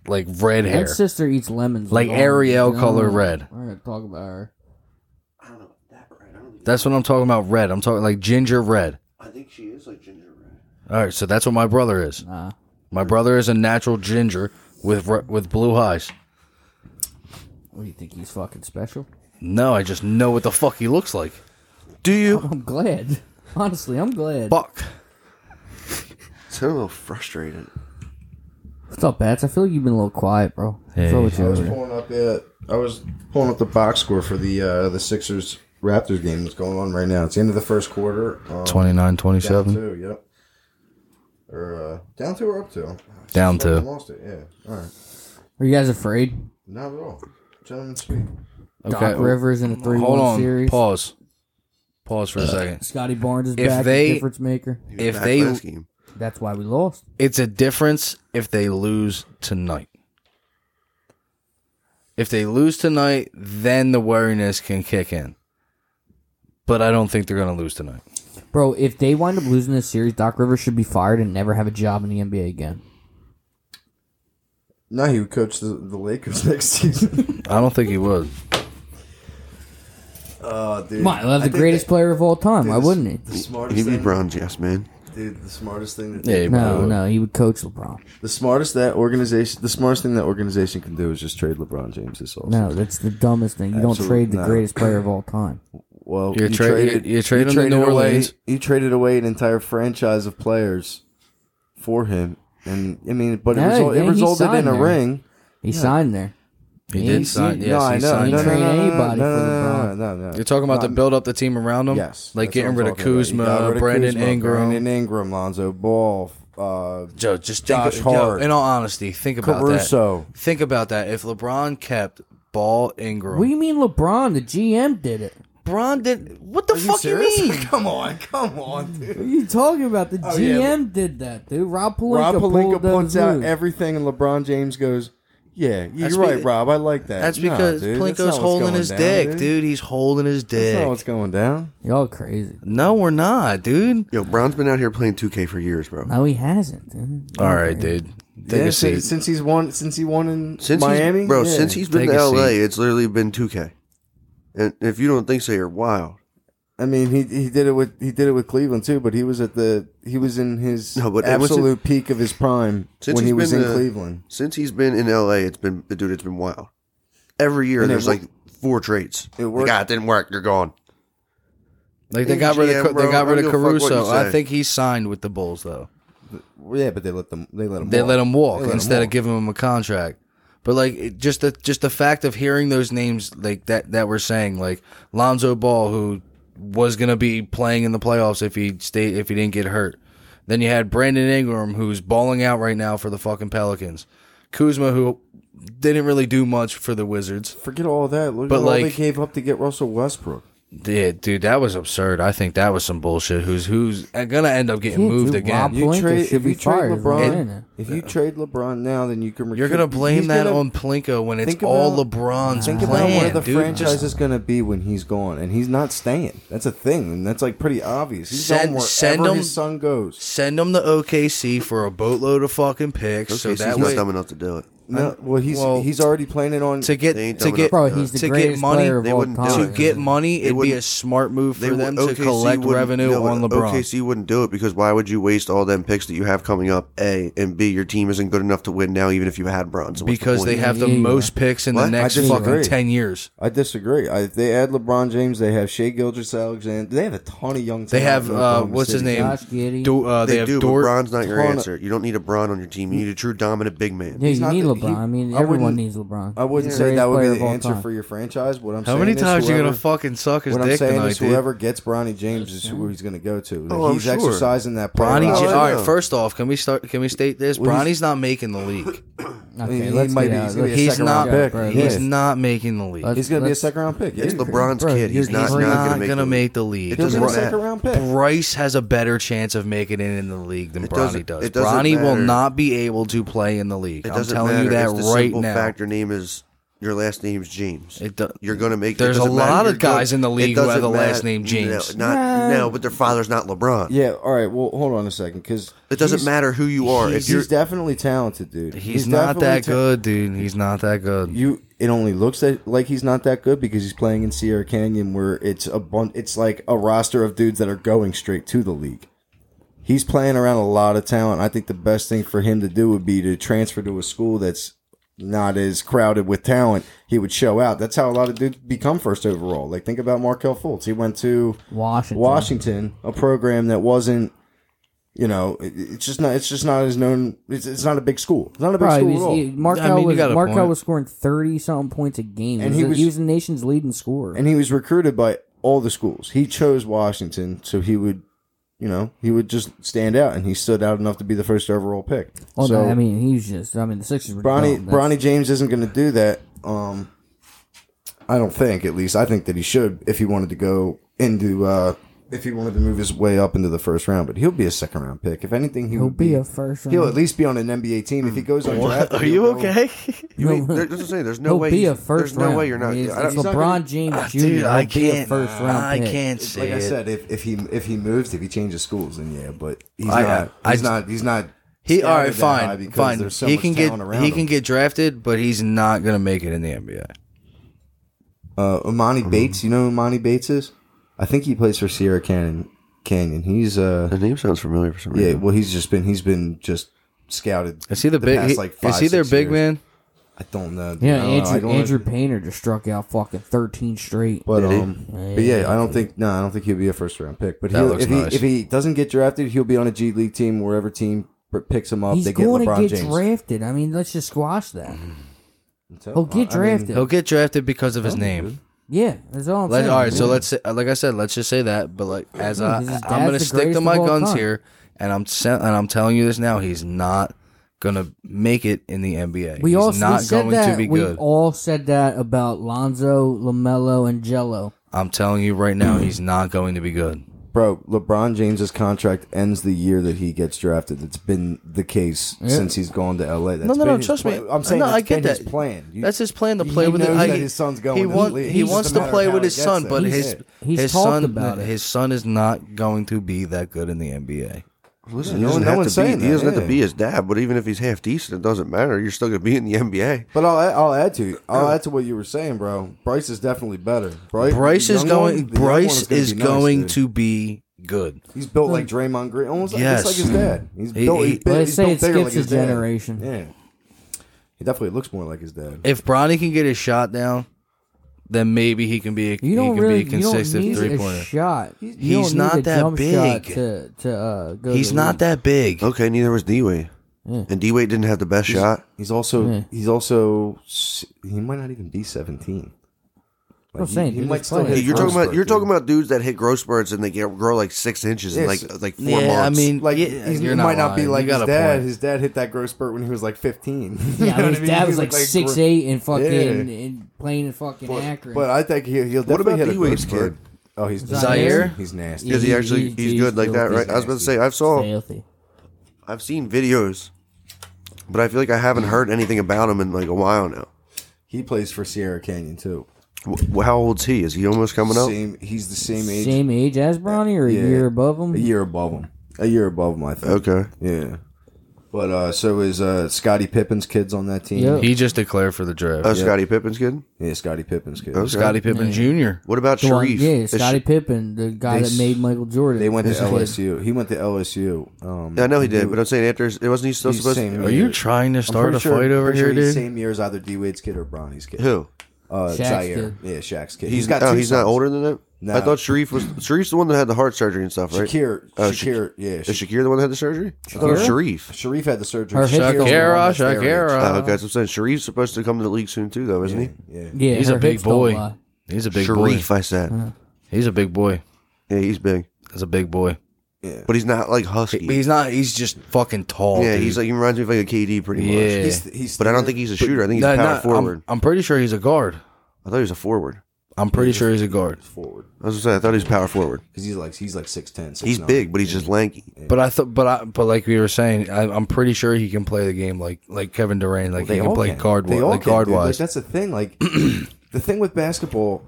B: like red hair.
A: That sister eats lemons.
B: Like
A: orange.
B: Ariel
A: No,
B: color red.
A: We're gonna talk about her.
D: I don't know about that red. I don't think.
B: That's what I'm talking about. Red. I'm talking like ginger red.
D: I think she is like ginger red.
B: All right, so that's what my brother is.
A: Nah.
B: My brother is a natural ginger with re- with blue eyes.
A: What do you think he's fucking special?
B: No, I just know what the fuck he looks like.
E: Do
D: Oh,
E: you?
A: I'm glad. Honestly, I'm glad.
B: Fuck.
D: Sound a little frustrated.
A: What's up, Bats? I feel like you've been a little quiet, bro. What's up with you
C: I was
A: over there?
C: pulling up the I was pulling up the box score for the uh, the Sixers Raptors game that's going on right now. It's the end of the first quarter. Um,
B: 29
C: down
B: 27
C: two, yep. Or uh, down two or up two?
B: down
C: I
B: to.
C: lost it. Yeah. All right.
A: Are you guys afraid?
C: Not at all. Gentlemen, sweet.
A: Doc Rivers in a
B: Hold
A: three-one
B: on.
A: series.
B: Pause. Pause for a second.
A: Scotty Barnes is
B: If
A: back.
B: they-
A: the difference maker.
B: If
D: Back
B: they
D: last game.
A: That's why we lost.
B: it's a difference if they lose tonight. If they lose tonight, then the wariness can kick in. But I don't think they're going to lose tonight.
A: Bro, if they wind up losing this series, Doc Rivers should be fired and never have a job in the NBA again.
C: No, he would coach the, the Lakers next season.
B: I don't think he would.
C: Oh, dude.
A: Come on, that's the greatest player of all time. Why wouldn't he?
C: The smartest
D: He'd be
C: thing,
D: bronze, yes, man.
C: dude, the smartest thing that
B: Yeah, he
A: No,
B: would.
A: no, he would coach LeBron.
C: the smartest that organization the smartest thing that organization can do is just trade LeBron James this offseason.
A: No, that's the dumbest thing. You don't
C: Absolute-
A: trade the
C: no.
A: greatest player of all time.
C: Well,
B: You're tra-
C: traded,
B: you're- you're trading him to New
C: away,
B: Orleans.
C: You traded away an entire franchise of players for him, and I mean, but it,
A: No,
C: result,
A: yeah,
C: it
A: he
C: resulted in
A: signed
C: a
A: there.
C: ring.
A: He signed there.
B: He
A: Yeah,
B: did
A: he's-
B: sign.
A: no,
B: Yes,
C: no, I
B: he signed.
C: know. No, no,
B: there.
C: no,
A: Trade
C: no, no, no,
A: anybody for
C: no, no,
A: LeBron.
C: no, no, no.
B: You're talking about to
C: Not-
B: build up the team around him?
C: Yes,
B: Like
C: that's what
B: getting
C: I'm
B: rid of
C: talking about. You
B: Kuzma,
C: got rid of
B: Brandon
C: Kuzma,
B: Ingram.
C: Brandon Ingram, Lonzo Ball, uh,
B: Joe, just
C: Josh
B: think, yo,
C: Hart.
B: in all honesty, think about
C: Caruso.
B: that. Think about that. If LeBron kept Ball Ingram,
A: What do you mean LeBron? The GM did it.
B: LeBron did. What the fuck you
C: serious?
B: mean?
C: come on, come on, dude.
A: What are you talking about? The
C: Oh, yeah,
A: GM did that, dude. Rob Palinka,
C: Rob Palinka
A: pulled those
C: points out
A: moves.
C: everything, and LeBron James goes, "Yeah, you're
B: That's
C: right,
B: be-
C: Rob. I like that."
B: That's
C: Nah,
B: because
C: dude, that's not
B: Plinko's
C: what's
B: holding
C: going
B: his
C: down,
B: dick, dude. He's holding his
C: That's not
B: dick.
C: what's going down.
A: Y'all crazy.
B: No, we're not, dude.
D: Yo, Brown's been out here playing 2K for years, bro.
A: No, he hasn't, dude.
C: Uh,
B: All right, dude. Take
C: yeah,
B: a
C: since-
B: seat.
C: Since he's won, since he won in
D: Since he's-
C: Miami,
D: bro.
C: Yeah.
D: Since he's been
B: Take
D: to
B: a
D: LA,
B: seat.
D: it's literally been 2K. And if you don't think so, you're wild.
C: I mean, he he did it with he did it with Cleveland too, but he was at the he was in his
D: No, but it wasn't-
C: absolute peak of his prime
D: Since
C: when
D: he's
C: he was
D: been
C: in
D: the-
C: Cleveland.
D: Since he's been in LA, it's been dude. It's been wild. Every year,
C: And it
D: there's
C: wor-
D: like four trades.
C: It
D: Like,
C: worked.
D: "Ah, It didn't work. You're gone.
B: Like they
D: Hey,
B: got rid
D: GM,
B: of Ca-
D: bro,
B: they got
D: I
B: rid
D: don't
B: of
D: give a fuck what
B: Caruso.
D: you
B: I
D: say.
B: think he signed with the Bulls though.
C: Yeah, but they let them they let him
B: They
C: walk.
B: let him walk
C: They let him
B: instead of
C: walk.
B: giving him a contract. But like it, just the just the fact of hearing those names like that that we're saying like Lonzo Ball who was gonna be playing in the playoffs if he stayed if he didn't get hurt. Then you had Brandon Ingram who's balling out right now for the fucking Pelicans. Kuzma who didn't really do much for the Wizards.
C: Forget all that. Look
B: But
C: at all they
B: like-
C: gave up to get Russell Westbrook.
B: Yeah, dude, that was absurd. I think that was some bullshit. Who's who's gonna end up getting
A: Yeah,
B: moved
A: dude,
B: again?
A: Rob
C: You
A: Palenka
C: trade
A: should
C: if
A: be
C: you trade
A: fired, is what I'm saying.
C: LeBron, if you trade LeBron now, then you can.
B: You're
C: recruit-
B: gonna blame
C: he's
B: that
C: gonna-
B: on Plinko when it's
C: Think
B: all
C: about-
B: LeBron's
C: Think
B: plan,
C: about where the
B: dude.
C: franchise
B: Just
C: is going to be when he's gone, and he's not staying. That's a thing, and that's like pretty obvious. He's
B: Send-
C: going wherever
B: send him-
C: his son goes.
B: send him to OKC for a boatload of fucking picks,
D: Okay,
B: so
D: so
B: that
D: he's not
B: way,
D: dumb enough to do it.
C: No, well, he's
E: well,
C: he's already planning on.
E: to get
D: They ain't
E: to
D: dumb
E: get
B: uh,
A: Bro, he's the
E: to
A: greatest
E: get money
A: player of
D: they
A: all
D: wouldn't do
A: time.
E: to
D: it.
E: get money. It'd be a
D: wouldn't-
E: smart move for them to
D: wouldn't- OKC
E: collect
D: wouldn't-
E: revenue
D: no,
E: on LeBron.
D: OKC wouldn't do it because why would you waste all them picks that you have coming up? A and B, your team isn't good enough to win now, even if you had Bronson. So what's the
B: because
D: point?
B: they have the
A: Yeah, you
B: most picks in
D: What?
B: the
D: I
B: next
C: disagree.
B: fucking ten years.
C: I disagree. I, if they add LeBron James, they have Shea Gilgis Alexander. They have a ton of young.
B: They
C: talent
B: have
C: in
B: uh,
C: Oklahoma
B: what's his
C: City.
B: name?
A: Josh Giddey.
B: Do, uh, they,
D: They
B: have
D: do,
B: Dort.
D: but Bron's not your
C: Ton of-
D: answer. You don't need a Bron on your team. You need a true dominant big man.
A: Yeah, you
C: not
A: need LeBron.
C: the- he-
A: I mean,
C: I
A: everyone
C: wouldn't-
A: needs LeBron.
C: I wouldn't
A: He's the
C: say that
A: greatest
C: would
A: player
C: be
A: of
C: the
A: all
C: answer
A: time.
C: for your franchise. What I'm
B: How
C: saying
B: many
C: is
B: times you
C: whoever-
B: gonna fucking suck his
C: What I'm
B: dick
C: saying
B: tonight,
C: is
B: dude?
C: whoever gets Bronny James is who he's going to go to.
D: Oh, I'm
C: he's
D: sure.
C: exercising that. player
B: Bronny,
D: Oh,
B: Ja-
D: I
C: option.
B: all right.
D: know.
B: First off, can we start? Can we state this?
C: Well, he's-
B: Bronny's not making the league.
A: Okay,
C: he
A: let's
C: might
A: get
C: be-
A: out.
C: he's gonna be a
B: He's
C: second
B: not.
C: round pick.
A: Bro,
B: He's
C: Yeah.
B: not making the league.
A: Let's-
C: He's going to be a
A: let's-
C: second round pick.
D: It's
C: Yeah.
D: LeBron's
A: Bro,
D: kid. He's
A: you're
D: not,
B: He's
D: not,
A: crazy.
B: not
D: gonna make.
B: gonna
D: the-
B: make the
C: It
B: league.
C: doesn't
D: Bron-
C: a second round pick.
B: Bryce has a better chance of making it in the league than
D: It doesn't-
B: Bronny does.
D: it doesn't
B: Bronny will
D: matter.
B: not be able to play in the league.
D: It
B: I'm
D: doesn't
B: telling
D: matter.
B: you that
D: it's the
B: right
D: simple
B: now.
D: fact. Your name is your last name's James.
B: It do-
D: You're gonna make. it
B: There's a
D: doesn't
B: lot
D: matter.
B: of
D: You're
B: guys in the
D: it
B: league who have
D: doesn't
B: the last
D: matter.
B: name James.
D: No, not, no, but their father's not LeBron.
C: Yeah. All right. Well, hold on a second because
D: It doesn't matter who you are.
C: He's,
D: If you're
C: he's definitely talented, dude.
B: He's, not
C: definitely
B: that
C: ta-
B: good, dude. He's not that good.
C: You. It only looks that, like he's not that good because he's playing in Sierra Canyon, where it's a bun- It's like a roster of dudes that are going straight to the league. He's playing around a lot of talent. I think the best thing for him to do would be to transfer to a school that's not as crowded with talent. He would show out. That's how a lot of dudes become first overall. Like think about Markel Fultz. He went to
A: Washington.
C: Washington, a program that wasn't, you know, it, it's just not, it's just not as known. It's, it's not a big school. It's not a big
A: Probably
C: school at all.
A: was, he, Markel
B: I mean, you
A: was
B: got a
A: Markel
B: point.
A: was scoring thirty something points a game,
C: And
A: he,
C: he
A: was,
C: was-
A: he was the nation's leading scorer.
C: and he was recruited by all the schools. He chose Washington, so he would, you know, he would just stand out, and he stood out enough to be the first overall pick.
A: oh,
C: so
A: no, I mean, he was just. I mean, the Sixers were.
C: Bronny
A: dumb. That's-
C: Bronny James isn't going to do that. Um, I don't think. At least I think that he should if he wanted to go into. Uh, if he wanted to move his way up into the first round, but he'll be a second round pick. If anything, he
A: He'll
C: would
A: be a first.
C: He'll
A: round-
C: at least be on an NBA team if he goes on draft.
E: Are you okay?
D: you ain't, there, that's what I'm saying. There's no
A: He'll
D: way.
A: be
D: he's-
A: a first
D: There's no
A: round.
D: way you're not.
A: I mean, it's,
D: I don't-
A: it's LeBron
C: Ah,
A: James Jr.
E: Dude, I
A: He'll be a
E: can't.
A: first round
E: I
A: pick.
E: can't say
C: Like I
E: it.
C: said, if, if he if he moves, if he changes schools, then yeah. But he's
B: I-
C: not.
B: I-
C: he's
B: I-
C: not. He's not.
B: He all right,
C: scouted that high
B: fine,
C: because
B: fine.
C: there's so
B: he
C: much
B: can get
C: talent around
B: he
C: him.
B: can get drafted, but he's not gonna make it in the NBA.
C: Uh, Imani
B: Mm-hmm.
C: Bates, you know who Imani Bates is? I think he plays for Sierra Canyon. Canyon. He's uh
D: The name sounds familiar for some reason.
C: yeah. Well, he's just been he's been just scouted.
B: Is he the, big?
C: past,
B: he- is he their
C: six
B: big
C: years.
B: man?
C: I don't know.
A: Yeah,
C: I don't know. I
A: Andrew,
C: don't know.
A: Andrew Painter just struck out fucking thirteen straight.
C: But
D: Did he?
C: um, but yeah, I don't think no, I don't think he'll be a first round pick. But
B: That
C: he'll,
B: looks
C: if
B: nice.
C: he if he doesn't get drafted, he'll be on a G League team wherever team p- picks him up.
A: He's
C: they get
A: going
C: LeBron
A: to get
C: James.
A: drafted. I mean, let's just squash that.
C: So,
A: He'll get
C: I- I mean,
A: drafted.
B: Mm-hmm. He'll get drafted because of his name.
A: yeah, that's all I'm
B: Let,
A: saying.
B: all right, so
A: Yeah.
B: let's say, like I said, let's just say that. But like as I,
A: His dad's
B: I'm
A: the
B: gonna stick
A: greatest
B: to
A: of
B: my
A: all
B: guns
A: time.
B: here, and I'm se- and I'm telling you this now, he's not gonna make it in the NBA.
A: We
B: he's
A: all we
B: not
A: said
B: going
A: that.
B: to be
A: we
B: good.
A: all said that about Lonzo, Lamelo, and Jello.
B: I'm telling you right now, he's not going to be good.
C: Bro, LeBron James's contract ends the year that he gets drafted. It's been the case since he's gone to LA. That's
B: No, no,
C: been
B: no.
C: his
B: Trust
C: plan.
B: me.
C: I'm saying
B: no,
C: that's
B: I get
C: been
B: that.
C: his plan. You-
B: that's his plan to
C: he
B: play with it.
C: knows
B: I-
C: that his son's going
B: he
C: to the
B: want-
C: league.
B: He
C: It's
B: wants
C: just a
B: to
C: matter
B: play
C: of
B: with
C: how
B: his
C: he gets
B: son,
C: there.
B: but
A: He's-
B: his
A: he's
B: his
A: talked
B: son
A: about it.
B: his son is not going to be that good in the NBA.
D: Listen,
C: no one-
D: he doesn't,
C: no
D: have,
C: one's
D: to be,
C: saying
D: he doesn't
C: that,
D: have to
C: yeah.
D: be his dad, but even if he's half decent, it doesn't matter. You're still going to be in the NBA.
C: But I'll, add- I'll add to I'll add to what you were saying, bro. Bryce is definitely better. Bryce,
B: Bryce
C: the
B: is
C: young
B: going.
C: one- the young one
B: Bryce
C: gonna
B: is
C: be nice,
B: going
C: dude.
B: to be good.
C: He's built like Draymond Green, almost like,
B: Yes.
C: just like his dad. He's
B: He-
C: built.
B: he-
C: he's built-
A: Let's
C: he's
A: say
C: built
A: it
C: bigger like
A: skips a
C: his dad.
A: generation.
C: Yeah, he definitely looks more like his dad.
B: If Bronny can get his shot down, then maybe he can be. A,
A: You
B: he
A: don't
B: can
A: really
B: be a
A: you don't
B: consistent
A: need
B: three
A: a
B: pointer.
A: shot. You don't
B: He's
A: need
B: not
A: a
B: that
A: jump shot
B: big.
A: to to uh, go.
B: He's
A: to
B: not
A: the
B: that big.
D: Okay, neither was D Wade. And D Wade didn't have the best shot.
C: He's also he's also s- he might not even be seventeen. Like,
A: I'm saying,
C: he,
A: dude,
C: he might
A: he's
C: still
A: playing.
C: hit.
A: Hey,
C: a
D: You're talking
C: growth
D: about you're
C: spurt,
D: talking about dudes that hit growth spurts and they get, grow like six inches in
C: Yeah,
D: like
C: so-
D: like four
B: Yeah, I
D: months.
B: mean,
C: Like
B: yeah,
C: he's- he
B: you're
C: might not
B: lying.
C: be
B: You
C: like
B: got
C: his
B: a point.
C: dad. His dad hit that growth spurt when he was like fifteen. You
A: league. Yeah, I
C: know
A: mean,
C: what
A: his dad
C: He
A: was like
C: a
A: six
C: gro-
A: eight and fucking
C: Yeah.
A: and playing in fucking Akron.
C: But I think he, he'll
D: What
C: definitely
D: about
C: hit a growth
D: D-Wade's
C: spurt.
D: kid?
C: Oh, he's
A: Zaire?
C: He's nasty.
A: Yeah,
D: because he
A: he-
D: actually
A: he-
D: he's
A: he's
D: good like that,
A: filthy.
D: right? I was about to say I've
B: oh.
D: saw
A: Filthy.
D: I've seen videos, but I feel like I haven't heard anything about him in like a while now.
C: He plays for Sierra Canyon too.
D: Wh- How old's he? Is he almost coming up?
C: Same. He's the same age.
A: Same age as Bronny or a
C: Yeah.
A: year above him?
C: A year above him. A year above him, I think.
D: Okay.
C: Yeah. But uh, so is uh, Scottie Pippen's kids on that team.
A: Yeah.
B: He just declared for the draft.
D: Oh, Scottie Pippen's kid.
C: Yeah, Scottie Pippen's kids.
D: Okay.
B: Scottie Pippen Jr.
D: What about
A: The one-
D: Sharif?
A: yeah,
D: Is Sh-
A: Scottie Pippen, the guy
C: They
A: that
C: s-
A: made Michael Jordan.
C: They went to
A: He's a kid.
C: LSU. He went to LSU. Um,
D: I know he did, but I'm saying after it wasn't he still
C: He's
D: supposed
C: same
D: to?
B: Are you trying to
C: I'm pretty
B: start a
C: sure-
B: fight over
C: pretty
B: here,
C: sure he's
B: dude?
C: Same year as either D Wade's kid or Bronny's kid.
D: Who?
C: Uh,
A: Shaq's
C: Zaire. Yeah, Shaq's kid. He's got.
D: Oh,
C: two
D: he's not
C: sons.
D: older than that.
C: No.
D: I thought Sharif was Sharif's the one that had the heart surgery and stuff, right?
C: Shakir.
D: Oh,
C: Shakir. Yeah.
D: Is
C: Shakir.
D: Shakir the one that had the surgery? I thought it was
A: Shakira?
D: Sharif.
C: Sharif had the surgery.
A: Her hip
C: Shakir's the one
B: Shakira,
C: that's their age.
D: Oh,
B: Shakira.
D: okay, that's what I'm saying. Sharif's supposed to come to the league soon too, though, isn't
C: Yeah.
A: Yeah,
B: He's a
A: her
B: big
A: hips don't
B: boy.
A: lie.
B: He's a
D: he?
B: big
D: Sharif,
B: boy.
D: I said.
B: He's a big boy.
D: Yeah, he's big,
B: He's a big boy.
C: Yeah.
D: but he's not like husky.
B: He's not. He's just fucking tall.
D: yeah,
B: dude.
D: he's like he reminds me of like a KD pretty
B: Yeah.
D: much.
C: He's, he's
D: But um, I don't think he's a shooter. I think he's
B: No,
D: a power
B: no, I'm-
D: forward.
B: I'm, pretty sure he's a guard.
D: I thought he was a forward.
B: I'm pretty sure he's a guard.
C: forward
D: I was gonna say I thought he was a power forward.
C: because he's like he's like six ten.
D: He's big, but he's just lanky.
B: But I thought, but I, but like we were saying, I, I'm pretty sure he can play the game like like Kevin Durant, like he can play guard,
C: They
B: wi-
C: all
B: like
C: can,
B: guard
C: dude. Like,
B: wise.
C: that's the thing. Like the thing with basketball.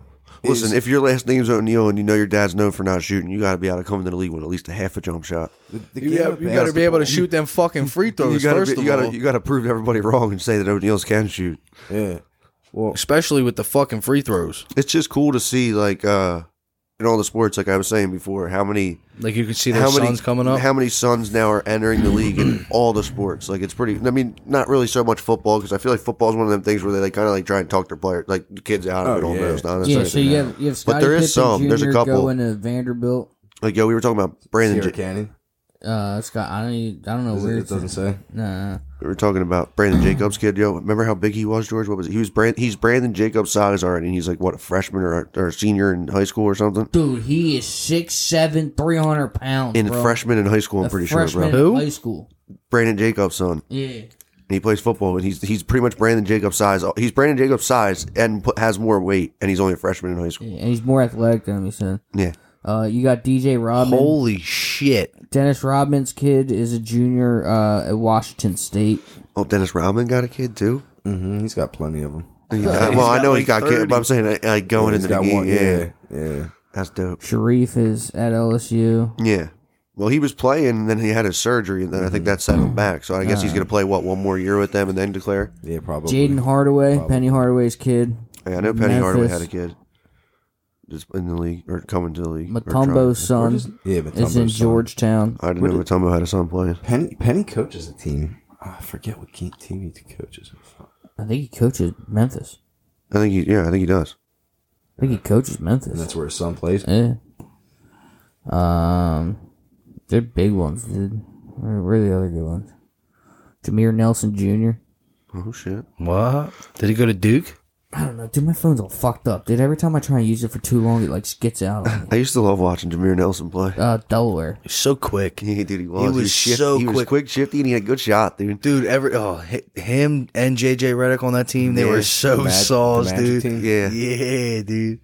C: is-
D: Listen, if your last name's O'Neal and you know your dad's known for not shooting, you got to be able to come into the league with at least a half a jump shot.
C: the, the
B: You,
C: game
B: have-
C: of
B: you gotta be able to
C: basketball-
B: shoot them fucking free throws
D: You got
B: first
D: to
B: of
D: you got
B: all,
D: to you got to prove everybody wrong and say that O'Neal's can shoot.
C: Yeah.
B: especially with the fucking free throws.
D: It's just cool to see like uh in all the sports, like I was saying before, how many
B: Like you can see their
D: how many
B: sons coming up.
D: how many sons now are entering the league in all the sports. Like it's pretty. I mean, not really so much football because I feel like football is one of them things where they like, kind of like try and talk their players, like the kids out of
C: Oh,
D: it
C: yeah.
D: almost. Honestly,
A: Yeah, so you have you have Scottie
D: But there is
A: Pippen
D: some. There's a
A: Jr.
D: couple.
A: going to Vanderbilt.
D: like yo, we were talking about Brandon.
C: Sierra
D: Ja-
C: Canyon.
A: Uh, Scott, I don't even, I don't know
C: Is
A: where
C: It, it
A: it's
C: doesn't say.
A: Nah, nah.
D: we were talking about Brandon Jacobs' kid. Yo, remember how big he was, George? What was it? He was Brand. He's Brandon Jacobs' size already, and he's like what a freshman or, or a senior in high school or something.
A: dude, he is 6'7", 300 pounds.
D: In
A: bro.
D: freshman in high school, I'm
A: A
D: pretty sure,
A: freshman
D: bro.
A: in
B: Who?
A: high school.
D: Brandon Jacobs' son.
A: Yeah,
D: and he plays football, and he's he's pretty much Brandon Jacobs size. He's Brandon Jacobs size and put, has more weight, and he's only a freshman in high school.
A: and he's more athletic than him. He said.
D: Yeah,
A: Uh, you got DJ Rodman.
B: Holy shit!
A: Dennis Rodman's kid is a junior uh, at Washington State.
D: Oh, Dennis Rodman got a kid too.
C: hmm He's got plenty of them.
D: Uh, well, I know he got kid, but I'm saying like, like going
C: He's
D: into the
C: got
D: game,
C: one.
D: yeah,
C: Yeah. Yeah.
D: that's dope.
A: Sharif is at LSU.
D: Yeah. Well, he was playing, and then he had his surgery, and then I think that set him back. So I guess he's going to play what one more year with them, and then declare.
C: Yeah. Probably.
A: Jaden Hardaway, Penny Hardaway's kid.
D: Yeah, I know Penny Hardaway had a
A: Memphis.
D: kid, just in the league or coming to the league. or trying.
A: Matumbo's son
C: Yeah,
A: is in
C: Matumbo's son.
A: Georgetown.
D: I didn't know Matumbo had a son playing.
C: Penny Penny coaches a team. I forget what ke- team he coaches.
A: I think he coaches Memphis.
D: I think he, yeah, I think he does.
A: I think he coaches Memphis.
C: And that's where his son plays.
A: Yeah. Um, they're big ones, dude. Where, where are the other good ones? Jameer Nelson Jr.
D: Oh shit!
B: What did he go to Duke?
A: I don't know, dude. My phone's all fucked up, dude. Every time I try and use it for too long, it like skits out. on me.
D: I used to love watching Jameer Nelson play.
A: Uh, Delaware.
B: He's so quick,
D: Yeah, dude, he was. He was,
B: was
D: shifty.
B: so
D: he was
B: quick.
D: quick, shifty, and he had a good shot, dude.
B: dude. Every oh, hi- him and JJ Redick on that team, they
D: Yeah.
B: were so
C: The Mag- the
B: sauce,
C: Magic
B: dude.
C: team?
D: Yeah,
B: Yeah, dude.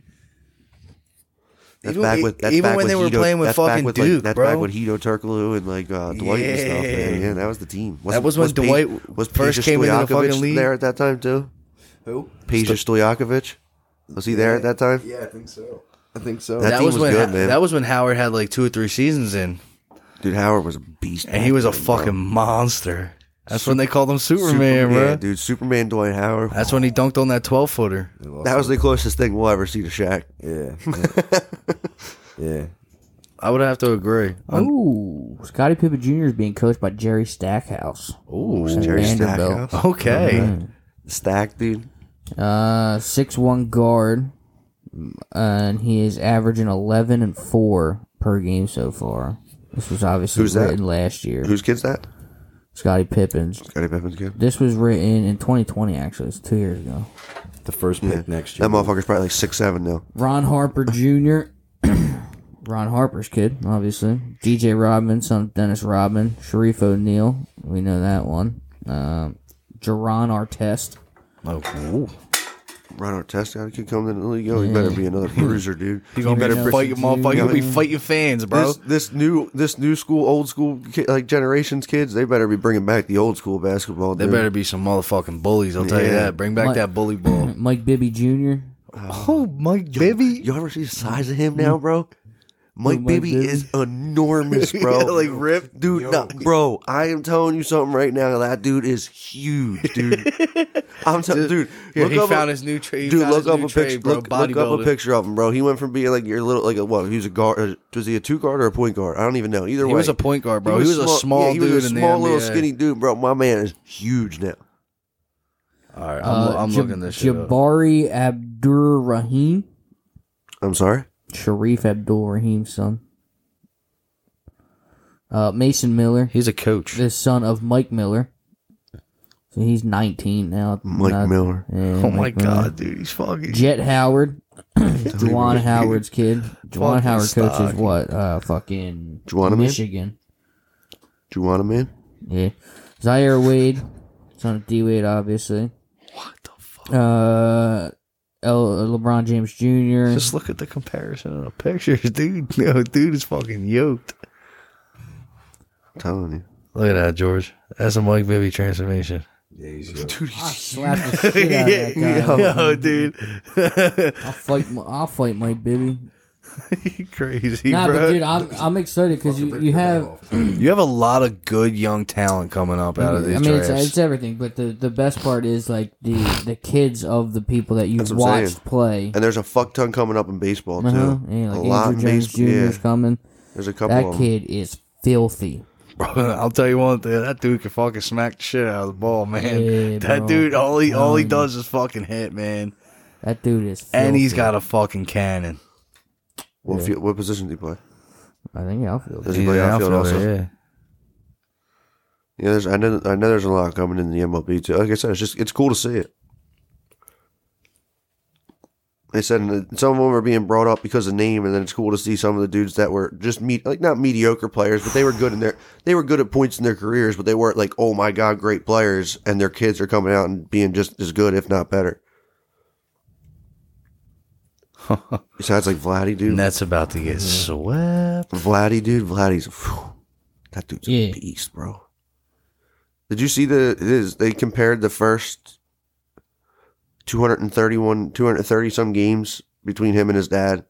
D: that's
B: Even- e
D: back with that's
B: even when
D: back with
B: they were
D: Hedo-
B: playing with
D: that's back
B: fucking
D: with,
B: Duke,
D: like, that's
B: bro.
D: back with Hito Turkoglu and like uh, Dwight and stuff. Man.
B: Yeah.
D: Yeah, that was the team.
B: That was when
D: Pe-
B: Dwight
D: was
B: first
D: Peja
B: came into the
D: Stojakovic
B: fucking league.
D: there at that time too.
C: Who?
D: Peja Stojakovic was he there at that time?
C: Yeah, I think so. I think so.
D: That-
B: That
D: team
B: was
D: was
B: when
D: good,
B: Ha-
D: man.
B: that was when Howard had like two or three seasons in,
D: Dude, Howard was a beast,
B: and he was a
D: back then,
B: fucking
D: bro.
B: monster. That's when they called him Superman,
D: Superman,
B: bro.
D: yeah, dude. Superman Dwight Howard.
B: That's when he dunked on that twelve footer.
D: That was the closest thing we'll ever see to Shaq.
C: yeah. yeah.
B: I would have to agree.
A: Ooh, Scottie Pippen Jr. is being coached by Jerry Stackhouse.
D: Ooh, Jerry
A: Vanderbilt.
D: Stackhouse.
B: Okay,
D: Stack, dude.
A: Uh, six one guard, and he is averaging eleven and four per game so far. This was obviously
D: Who's that?
A: written last year.
D: Whose kid's that?
A: Scottie Pippen's.
D: Scottie Pippen's kid.
A: This was written in 2020, actually. It's two years ago.
C: The first pick next year.
D: That motherfucker's probably like six seven now.
A: Ron Harper Jr. Ron Harper's kid, obviously. DJ Rodman, son of Dennis Rodman. Sharif O'Neal, we know that one. Um, Jerron Artest.
D: Ron Artest got a kid coming in the league. Yo, he better be another bruiser, dude.
B: you gonna better fight your motherfucker. You gonna be fighting fans, bro.
D: This, this new this new school old school ki- like generations kids they better be bringing back the old school basketball.
B: they
D: dude.
B: better be some motherfucking bullies. I'll tell you
D: Yeah.
B: that. Bring back
A: Mike-
B: that bully ball.
A: Mike Bibby Jr.
B: oh, Mike Bibby.
D: You ever see the size of him now, bro? Mike,
A: Mike
D: Bibby
A: Bibby.
D: is enormous, bro.
E: Yeah, like ripped.
D: dude, nah, bro. I am telling you something right now. That dude is huge, dude. I'm telling, dude.
B: Yeah,
D: look
B: he
D: up a-
B: found his new trade.
D: Dude, look up a picture.
B: trade, bro.
D: look, look up a
B: bodybuilder.
D: picture of him, bro. He went from being like your little, like a, what? He was a guard. uh, Was he a two guard or a point guard? I don't even know. Either
B: He
D: way,
B: was a point guard, bro. He was, a small
D: yeah, he was
B: dude
D: a
B: in the
D: small little
B: NBA.
D: skinny dude, bro. My man is huge now.
B: All right, I'm,
A: Uh,
B: I'm
A: Jab-
B: looking this shit up.
A: Jabari Abdur Rahim,
D: I'm sorry.
A: Sharif Abdul Rahim's son. Uh, Mason Miller,
B: He's a coach.
A: the son of Mike Miller. So he's 19 now.
D: Mike
A: Not-
D: Miller.
A: Yeah,
E: Oh my
A: Mike Miller.
E: god, dude, he's fucking.
A: Jet Howard, Juwan Howard's kid. Juwan
E: Fucking
A: Howard coaches
E: stocky.
A: what? Uh, fucking
D: Juwan, man?
A: Michigan.
D: Do you want him in?
A: Yeah, Zaire Wade, son of D Wade, obviously. What the fuck? Uh, L- LeBron James Jr.
E: Just look at the comparison of the pictures, dude. No, dude is fucking yoked.
D: I'm telling you.
B: Look at that, George. That's a Mike Bibby transformation.
A: Slap the shit out of that guy.
E: Yo, dude,
A: I'll fight. my- I'll fight Mike Bibby.
E: you crazy,
A: Nah,
E: bro.
A: but dude, I'm I'm excited because you, you have.
B: You have a lot of good young talent coming up out of these
A: I mean, it's,
B: drafts.
A: it's everything, but the, the best part is like the the kids of the people that you've
D: what I'm saying.
A: watched play.
D: And there's a fuck ton coming up in baseball
A: Uh-huh.
D: too.
A: Yeah, like
D: a
A: Andrew
D: lot in
A: Jones Jr.
D: baseball. Yeah,
A: is coming.
D: there's a couple
A: That
D: of them.
A: kid is filthy.
B: Bro, I'll tell you one thing. That dude can fucking smack the shit out of the ball, man.
A: Yeah,
B: that
A: bro.
B: dude, all he all he
A: Um,
B: does is fucking hit, man.
A: That dude is. Filthy.
B: And he's got a fucking cannon.
D: What, fe- what position do you play?
A: I think outfield.
D: Does he play outfield also? Yeah,
B: yeah.
D: there's, I know. I know there's a lot coming in the MLB too. Like I said, it's just it's cool to see it. They said that some of them are being brought up because of name, and then it's cool to see some of the dudes that were just me like not mediocre players, but they were good in their they were good at points in their careers, but they weren't like oh my god great players, and their kids are coming out and being just as good if not better. Besides, like Vladdy, dude,
B: And that's about to get swept.
D: Vladdy, dude, Vladdy's phew, that dude's
A: Yeah.
D: a beast, bro. Did you see the? It is they compared the first 231, 230 some games between him and his dad,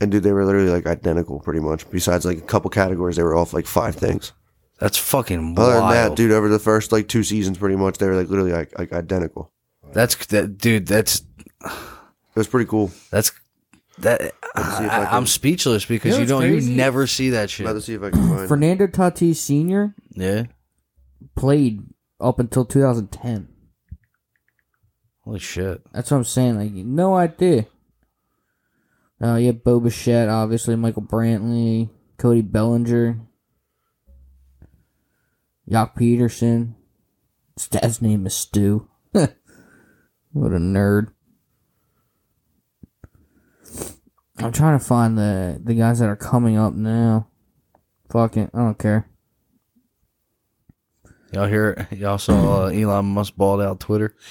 D: and dude, they were literally like identical, pretty much. Besides like a couple categories, they were off like five things.
B: That's fucking wild.
D: Other than that, dude, over the first like two seasons, pretty much, they were like literally like, like identical.
B: That's that dude, that's
D: It was pretty cool.
B: that's that
D: Let's see if I
B: I,
D: can-
B: am speechless because
A: You know what's
B: you don't
A: crazy?
B: you never see that
D: I'll have to
B: shit.
D: see if I can find. it.
A: Fernando Tatis Sr.
B: Yeah.
A: played up until 2010.
B: Holy shit.
A: That's what I'm saying. Like, no idea. Uh, yeah, Bo Bichette, obviously, Michael Brantley, Cody Bellinger, Jock Peterson. His dad's name is Stu. what a nerd. I'm trying to find the, the guys that are coming up now. Fuck it. I don't care.
B: Y'all hear y'all saw uh, Elon Musk balled out Twitter.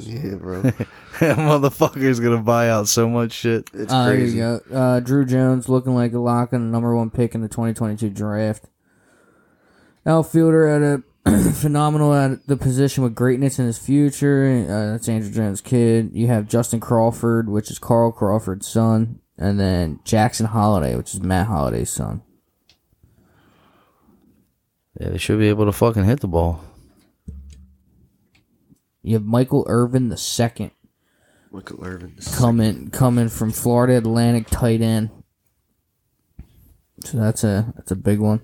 D: Yeah, bro,
B: that motherfucker's gonna buy out so much shit.
D: it's
A: Uh, there
D: crazy.
A: you go. Uh, Drew Jones looking like a lock and the number one pick in the 2022 draft. Outfielder at a phenomenal at the position with greatness in his future. Uh, that's Andrew Jones' kid. You have Justin Crawford, which is Carl Crawford's son, and then Jackson Holiday, which is Matt Holiday's son.
B: Yeah, they should be able to fucking hit the ball.
A: You have Michael Irvin the second
D: Michael Irvin.
A: coming coming from Florida Atlantic tight end. So that's a that's a big one.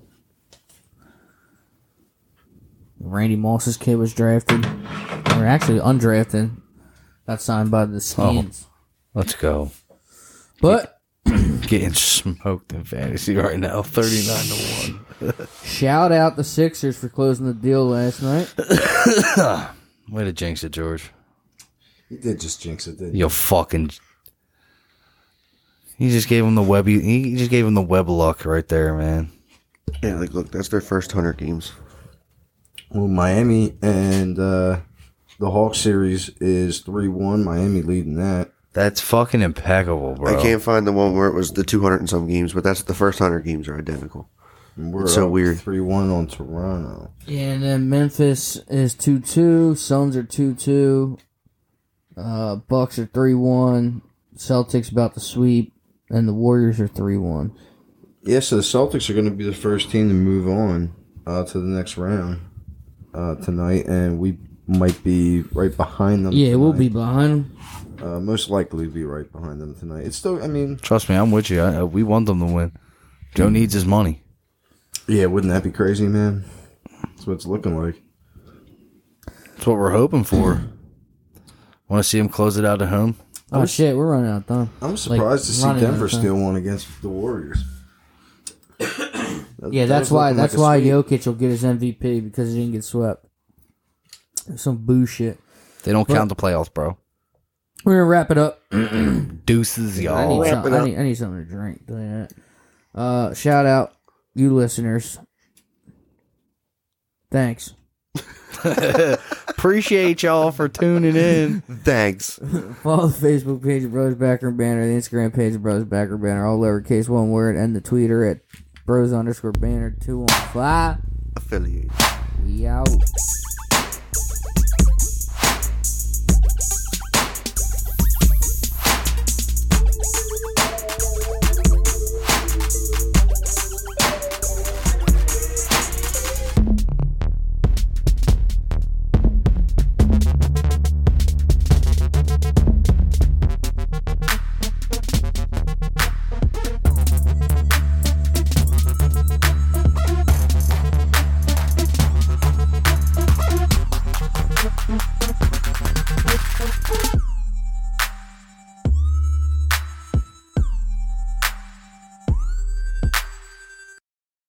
A: Randy Moss's kid was drafted, or actually undrafted, got signed by the Skins.
B: Let's go.
A: But
B: Getting smoked in fantasy right now, thirty nine to one.
A: shout out the Sixers for closing the deal last night.
B: Way to jinx it, George.
C: He did just jinx it, didn't he?
B: You fucking. He just gave him the web. He just gave him the web luck right there, man.
D: Yeah, like look, that's their first hundred games.
C: Well, Miami and uh, the Hawk series is 3 1. Miami leading that.
B: That's fucking impeccable, bro.
D: I can't find the one where it was the 200 and some games, but that's the first 100 games are identical.
C: And we're
D: It's so weird.
C: 3 1 on Toronto.
A: And then Memphis is two two, Suns are two two, uh, Bucks are three one, Celtics about to sweep, and the Warriors are three one.
C: Yeah, so the Celtics are going to be the first team to move on uh, to the next round uh, tonight, and we might be right behind them.
A: Yeah, we'll be
C: tonight.
A: behind them.
C: uh, most likely be right behind them tonight. It's still, I mean,
B: Trust me, I'm with you. I, uh, we want them to win. Joe needs his money.
C: yeah, wouldn't that be crazy, man? That's what it's looking like.
B: That's what we're hoping for. Want to see him close it out at home?
A: Oh shit, we're running out of time.
C: I'm
A: Like,
C: surprised to see
A: running out of
C: Denver
A: time.
C: still won against the Warriors.
A: Yeah, that's
C: was
A: why.
C: looking
A: That's
C: like a
A: why
C: sweep.
A: Jokic will get his MVP because he didn't get swept. Some bullshit.
B: They don't count the playoffs, bro.
A: We're gonna wrap it up.
B: Deuces,
C: Oh.
A: I need,
B: y'all.
A: some- I need, I need something to drink. tell you that. Uh, shout out you listeners. Thanks.
E: Appreciate y'all for tuning in.
D: Thanks.
A: Follow the Facebook page of Bros Backer Banner, the Instagram page of Bros Backer Banner, all lowercase one word, and the Twitter at Bros underscore Banner two one five.
D: Affiliate.
A: We out.